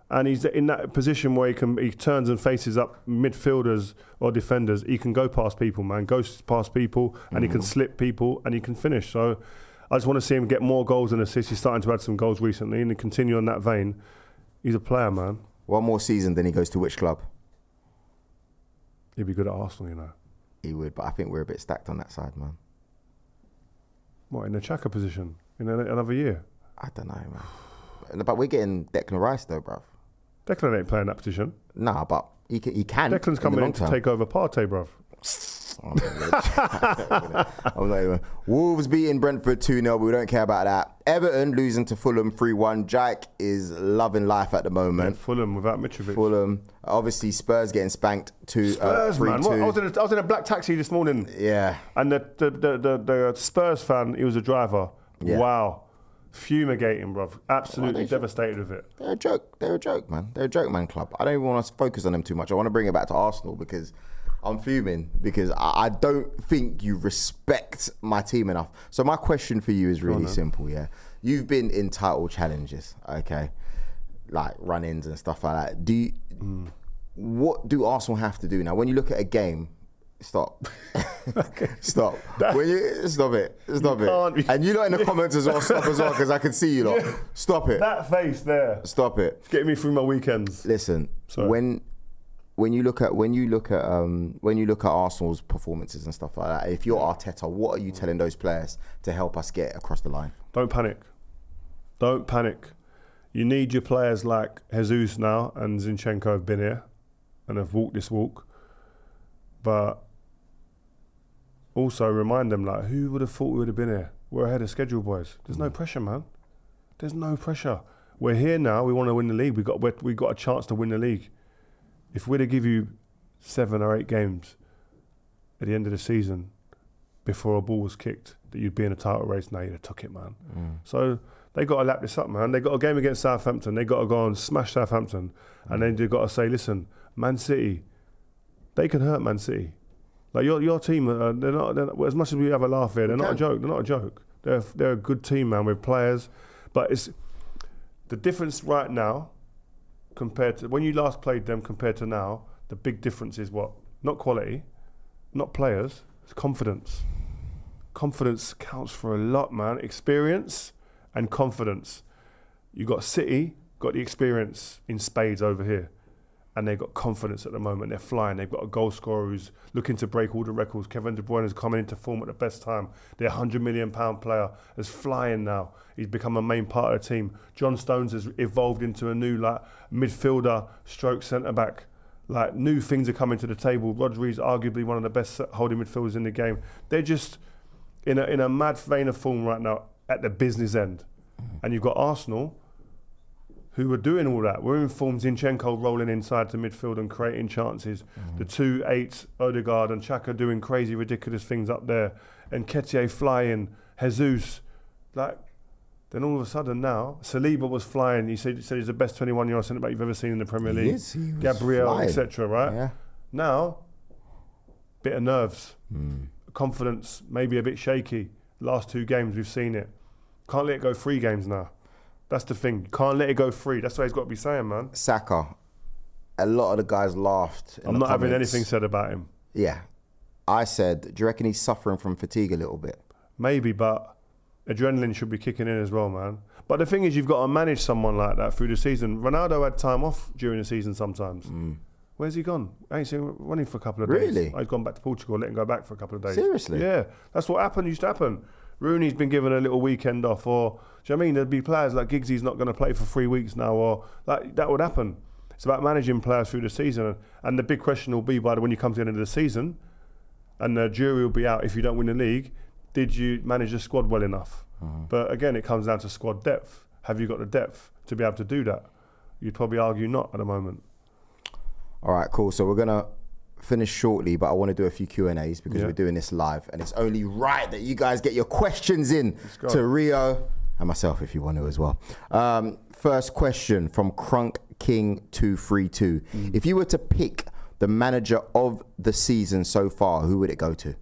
Speaker 3: And he's in that position where he can he turns and faces up midfielders or defenders. He can go past people, man. Goes past people, and he can slip people, and he can finish. So I just want to see him get more goals and assists. He's starting to add some goals recently, and to continue on that vein, he's a player, man.
Speaker 4: One more season, then he goes to which club?
Speaker 3: He'd be good at Arsenal, you know.
Speaker 4: He would, but I think we're a bit stacked on that side, man.
Speaker 3: What in the Chaka position in a- another year?
Speaker 4: I don't know, man. But we're getting Declan Rice though, bruv.
Speaker 3: Declan ain't playing that position.
Speaker 4: Nah, but he can. He can in
Speaker 3: Declan's
Speaker 4: the
Speaker 3: coming
Speaker 4: long
Speaker 3: in to
Speaker 4: term.
Speaker 3: take over Partey, bruv.
Speaker 4: I'm not even gonna- I'm not even. Wolves beating Brentford 2 0, but we don't care about that. Everton losing to Fulham 3 1. Jack is loving life at the moment.
Speaker 3: Fulham without Mitrovic.
Speaker 4: Fulham, obviously, Spurs getting spanked 2
Speaker 3: Spurs, man. What, I, was
Speaker 4: 2.
Speaker 3: in a, I was in a black taxi this morning,
Speaker 4: uh, Yeah.
Speaker 3: and the the, the, the the Spurs fan, he was a driver.
Speaker 4: Yeah.
Speaker 3: Wow, fumigating, bruv. Absolutely devastated with it.
Speaker 4: They're a joke. They're a joke, man. They're a joke, man. Club. I don't even want to focus on them too much. I want to bring it back to Arsenal because I'm fuming because I, I don't think you respect my team enough. So my question for you is really simple. Yeah, you've been in title challenges, okay, like run-ins and stuff like that. Do you,
Speaker 3: Hmm.
Speaker 4: what do Arsenal have to do now? When you look at a game, stop. Stop. When you, stop it. Stop
Speaker 3: can't
Speaker 4: it.
Speaker 3: be-
Speaker 4: And you lot in the comments as well, stop as well, because I can see you lot. Stop it.
Speaker 3: That face there,
Speaker 4: Stop it
Speaker 3: getting me through my weekends.
Speaker 4: listen
Speaker 3: Sorry.
Speaker 4: when when you look at when you look at um, when you look at Arsenal's performances and stuff like that. If you're Arteta, what are you telling those players to help us get across the line?
Speaker 3: Don't panic. Don't panic. You need your players like Jesus now and Zinchenko have been here and have walked this walk. But also remind them like who would have thought we would have been here? We're ahead of schedule, boys. There's no pressure, man. There's no pressure. We're here now. We want to win the league. We got we we got a chance to win the league. If we're to give you seven or eight games at the end of the season, before a ball was kicked that you'd be in a title race. Now you'd have took it, man. So they got to lap this up, man. They got a game against Southampton. They got to go and smash Southampton, and then they've got to say, listen, Man City, they can hurt Man City. Like your your team, uh, they're not. They're not as much as we have a laugh here, they're not a joke. They're not a joke. They're they're a good team, man, with players. But it's the difference right now compared to when you last played them compared to now. The big difference is what? Not quality, not players. It's confidence confidence counts for a lot, man. Experience and confidence. You got City, got the experience in spades over here, and they got confidence at the moment. They're flying. They've got a goal scorer who's looking to break all the records. Kevin De Bruyne is coming into form at the best time. Their hundred million pound player is flying now. He's become a main part of the team. John Stones has evolved into a new like midfielder, stroke centre back. Like new things are coming to the table. Rodri's arguably one of the best holding midfielders in the game. They're just in a in a mad vein of form right now. at the business end. And you've got Arsenal, who were doing all that. We're in form Zinchenko rolling inside to midfield and creating chances.
Speaker 4: Mm-hmm.
Speaker 3: The two eights, Odegaard and Chaka, doing crazy, ridiculous things up there. And Ketier flying, Jesus. Like, then all of a sudden now, Saliba was flying. He said, he said he's the best 21 year old centre back you've ever seen in the Premier
Speaker 4: He
Speaker 3: League.
Speaker 4: is, he was
Speaker 3: Gabriel,
Speaker 4: flying.
Speaker 3: etc. Right?
Speaker 4: Yeah.
Speaker 3: Now, bit of nerves, confidence, maybe a bit shaky. Last two games, we've seen it. Can't let it go three games now. That's the thing. Can't let it go three. That's what he's got to be saying, man.
Speaker 4: Saka. A lot of the guys laughed. in
Speaker 3: I'm
Speaker 4: the
Speaker 3: not having
Speaker 4: comments.
Speaker 3: anything said about him.
Speaker 4: Yeah. I said, do you reckon he's suffering from fatigue a little bit?
Speaker 3: Maybe, but adrenaline should be kicking in as well, man. But the thing is, you've got to manage someone like that through the season. Ronaldo had time off during the season sometimes. Where's he gone? I ain't seen him running for a couple of days.
Speaker 4: Mm. Really?
Speaker 3: Oh, he's gone back to Portugal, let him go back for a couple of days.
Speaker 4: Seriously?
Speaker 3: Yeah. That's what happened, used to happen. Rooney's been given a little weekend off, or do you know what I mean? There'd be players like Giggsy's not going to play for three weeks now, or like, that would happen. It's about managing players through the season. And the big question will be by the when you come to the end of the season, and the jury will be out if you don't win the league. Did you manage the squad well enough? But again, it comes down to squad depth. Have you got the depth to be able to do that? You'd probably argue not at the moment.
Speaker 4: All right, cool. So we're gonna finish shortly, but I want to do a few Q and A's because
Speaker 3: Yeah.
Speaker 4: we're doing this live, and it's only right that you guys get your questions in
Speaker 3: go.
Speaker 4: to Rio and myself if you want to as well. Um, first question from Crunk King two three two:
Speaker 3: Mm.
Speaker 4: If you were to pick the manager of the season so far, who would it go to?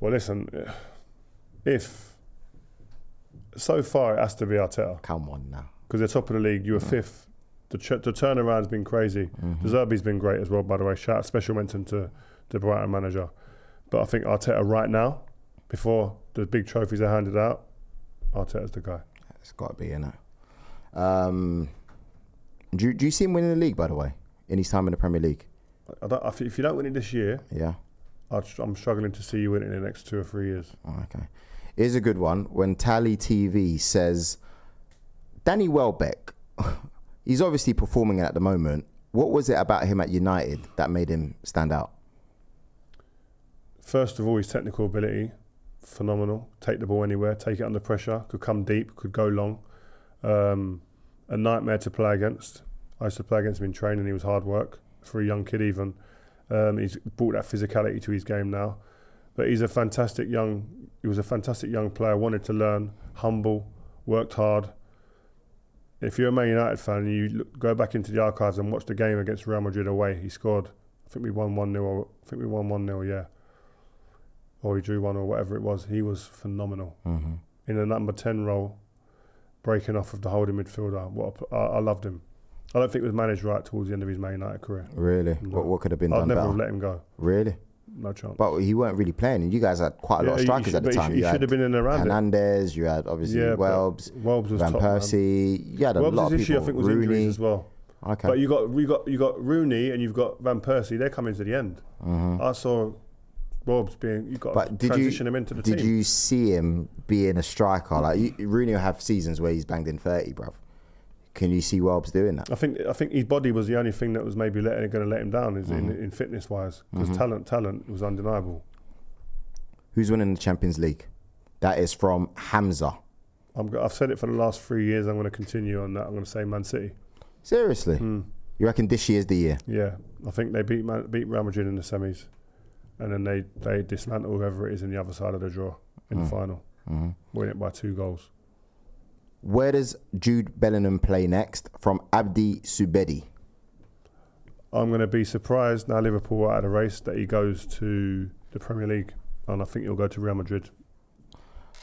Speaker 3: Well, listen, if so far it has to be Arteta
Speaker 4: Come on now.
Speaker 3: because they're top of the league. You were fifth. The, ch- the turnaround's been crazy. The Zerbi's been great as well, by the way. Shout out special mention to the Brighton manager. But I think Arteta right now, before the big trophies are handed out, Arteta's the guy.
Speaker 4: It's got to be in it. Um, do, do you see him winning the league? By the way, in his time in the Premier League,
Speaker 3: I don't, I think if you don't win it this year,
Speaker 4: yeah.
Speaker 3: I'd, str- I'm struggling to see you win it in the next two or three years.
Speaker 4: Oh, Okay. Here's a good one. When Tally TV says, Danny Welbeck, he's obviously performing at the moment. What was it about him at United that made him stand out?
Speaker 3: First of all, his technical ability, phenomenal. Take the ball anywhere, take it under pressure, could come deep, could go long. Um, a nightmare to play against. I used to play against him in training. He was hard work for a young kid, even. Um, he's brought that physicality to his game now. But he's a fantastic young. He was a fantastic young player. Wanted to learn, humble, worked hard. If you're a Man United fan, you look, go back into the archives and watch the game against Real Madrid away. He scored. I think we won one 0 I think we won one 0 Yeah or he drew one or whatever it was, he was phenomenal
Speaker 4: Mm-hmm.
Speaker 3: in the number ten role, breaking off of the holding midfielder. What a pl- I I loved him. I don't think it was managed right towards the end of his Man United career.
Speaker 4: Really? What, what could have been
Speaker 3: I'd
Speaker 4: done
Speaker 3: never
Speaker 4: better?
Speaker 3: have let him go.
Speaker 4: really?
Speaker 3: No chance.
Speaker 4: But he weren't really playing, and you guys had quite a
Speaker 3: Yeah,
Speaker 4: lot of
Speaker 3: he-
Speaker 4: strikers
Speaker 3: he should-
Speaker 4: at the
Speaker 3: but he
Speaker 4: time.
Speaker 3: should- he
Speaker 4: You
Speaker 3: should have
Speaker 4: had
Speaker 3: been in and around it.
Speaker 4: Hernandez, you had obviously
Speaker 3: Yeah, but
Speaker 4: Welbs,
Speaker 3: Welbs was
Speaker 4: Van
Speaker 3: top, man.
Speaker 4: Persie. You had a
Speaker 3: Well,
Speaker 4: lot of
Speaker 3: his issue I
Speaker 4: people.
Speaker 3: think was
Speaker 4: Rooney.
Speaker 3: injuries as well.
Speaker 4: Okay.
Speaker 3: But you got you got you got Rooney and you've got Van Persie. They're coming to the end. I saw Rob's being you got
Speaker 4: Mm-hmm. But
Speaker 3: to
Speaker 4: did
Speaker 3: transition
Speaker 4: you
Speaker 3: him into the
Speaker 4: did
Speaker 3: team.
Speaker 4: you see him being a striker? Like you, Rooney will have seasons where he's banged in thirty, bruv. Can you see Welbs doing that?
Speaker 3: I think I think his body was the only thing that was maybe letting going to let him down is in, in fitness wise because talent talent was undeniable.
Speaker 4: Who's winning the Champions League? That is from Hamza.
Speaker 3: I'm, go- I've said it for the last three years. I'm going to continue on that. I'm going to say Man City.
Speaker 4: Seriously,
Speaker 3: Hmm.
Speaker 4: you reckon this year's the year?
Speaker 3: Yeah, I think they beat Man, beat Real Madrid in the semis, and then they they dismantle whoever it is in the other side of the draw in the final, win it by two goals.
Speaker 4: Where does Jude Bellingham play next? From Abdi Subedi.
Speaker 3: I'm going to be surprised now Liverpool are out of the race that he goes to the Premier League, and I think he'll go to Real Madrid.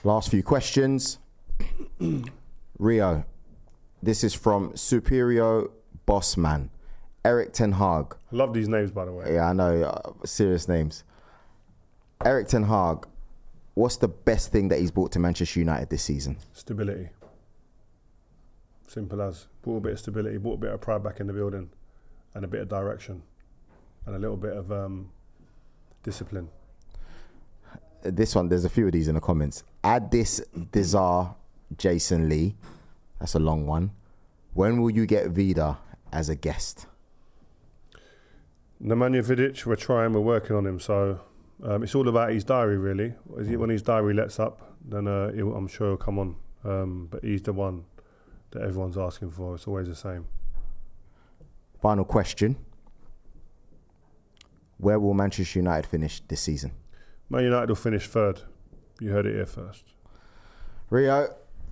Speaker 4: Last few questions. Rio, this is from Superio Bossman. Eric Ten Hag.
Speaker 3: I love these names by the way.
Speaker 4: Yeah, I know. Uh, serious names. Eric Ten Hag. What's the best thing that he's brought to Manchester United this season?
Speaker 3: Stability. Simple as. Brought a bit of stability, brought a bit of pride back in the building, and a bit of direction, and a little bit of um, discipline.
Speaker 4: Uh, This one, there's a few of these in the comments. Add this Dizar Jason Lee. That's a long one. When will you get Vida as a guest?
Speaker 3: Nemanja Vidic, we're trying, we're working on him, so Um, it's all about his diary, really. Is he, when his diary lets up, then uh, he'll, I'm sure he'll come on. Um, but he's the one that everyone's asking for. It's always the same.
Speaker 4: Final question. Where will Manchester United finish this season?
Speaker 3: Man United will finish third. You heard it here first.
Speaker 4: Rio,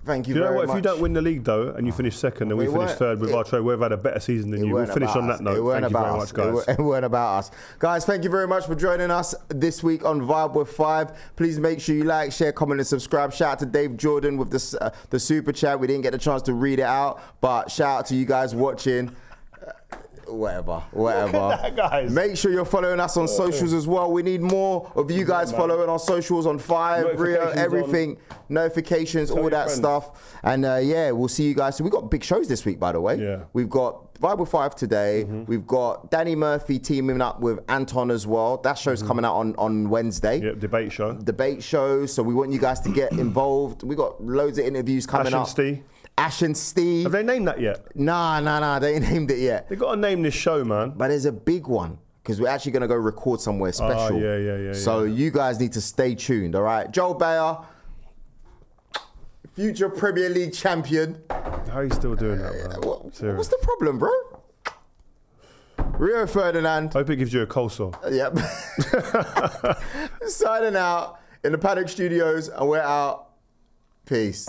Speaker 4: thank you,
Speaker 3: You know
Speaker 4: very
Speaker 3: what?
Speaker 4: much.
Speaker 3: If you don't win the league though, and you finish second, and we,
Speaker 4: We
Speaker 3: finish
Speaker 4: weren't-
Speaker 3: third with
Speaker 4: it-
Speaker 3: our trade, we've had a better season than
Speaker 4: It
Speaker 3: you. We'll
Speaker 4: weren't
Speaker 3: finish
Speaker 4: about
Speaker 3: on
Speaker 4: us.
Speaker 3: that
Speaker 4: It
Speaker 3: note.
Speaker 4: weren't
Speaker 3: Thank you
Speaker 4: about
Speaker 3: very
Speaker 4: us.
Speaker 3: much, guys.
Speaker 4: It, wa- it weren't about us. Guys, thank you very much for joining us this week on Vibe with Five. Please make sure you like, share, comment, and subscribe. Shout out to Dave Jordan with the, s- uh, the super chat. We didn't get the chance to read it out, but shout out to you guys watching. Uh, Whatever, whatever.
Speaker 3: that, guys. Uh,
Speaker 4: Make sure you're following us on socials as well. We need more of you guys following our socials on Five, Rio,
Speaker 3: Notifications on.
Speaker 4: everything, notifications, all
Speaker 3: your
Speaker 4: that
Speaker 3: friends.
Speaker 4: stuff. And uh, yeah, we'll see you guys. So we got big shows this week, by the way.
Speaker 3: Yeah.
Speaker 4: We've got Vibe with Five today.
Speaker 3: Mm-hmm.
Speaker 4: We've got Danny Murphy teaming up with Anton as well. That show's coming out on, on Wednesday.
Speaker 3: Mm-hmm. Yep, debate show.
Speaker 4: Debate shows. So we want you guys to get involved. We got loads of interviews coming
Speaker 3: Ash
Speaker 4: up.
Speaker 3: and Steve.
Speaker 4: Ash and Steve.
Speaker 3: Have they named that yet?
Speaker 4: nah, nah, nah. They ain't named it yet.
Speaker 3: They got to name this show, man.
Speaker 4: But there's a big one because we're actually going to go record somewhere special.
Speaker 3: Oh, yeah, yeah, yeah,
Speaker 4: So you guys need to stay tuned, all right? Joel Bayer, future Premier League champion.
Speaker 3: How are you still doing that, man?
Speaker 4: What-
Speaker 3: Serious.
Speaker 4: what's the problem, bro? Rio Ferdinand.
Speaker 3: Hope it gives you a coleslaw.
Speaker 4: Yep. Signing out in the Paddock Studios, and we're out. Peace.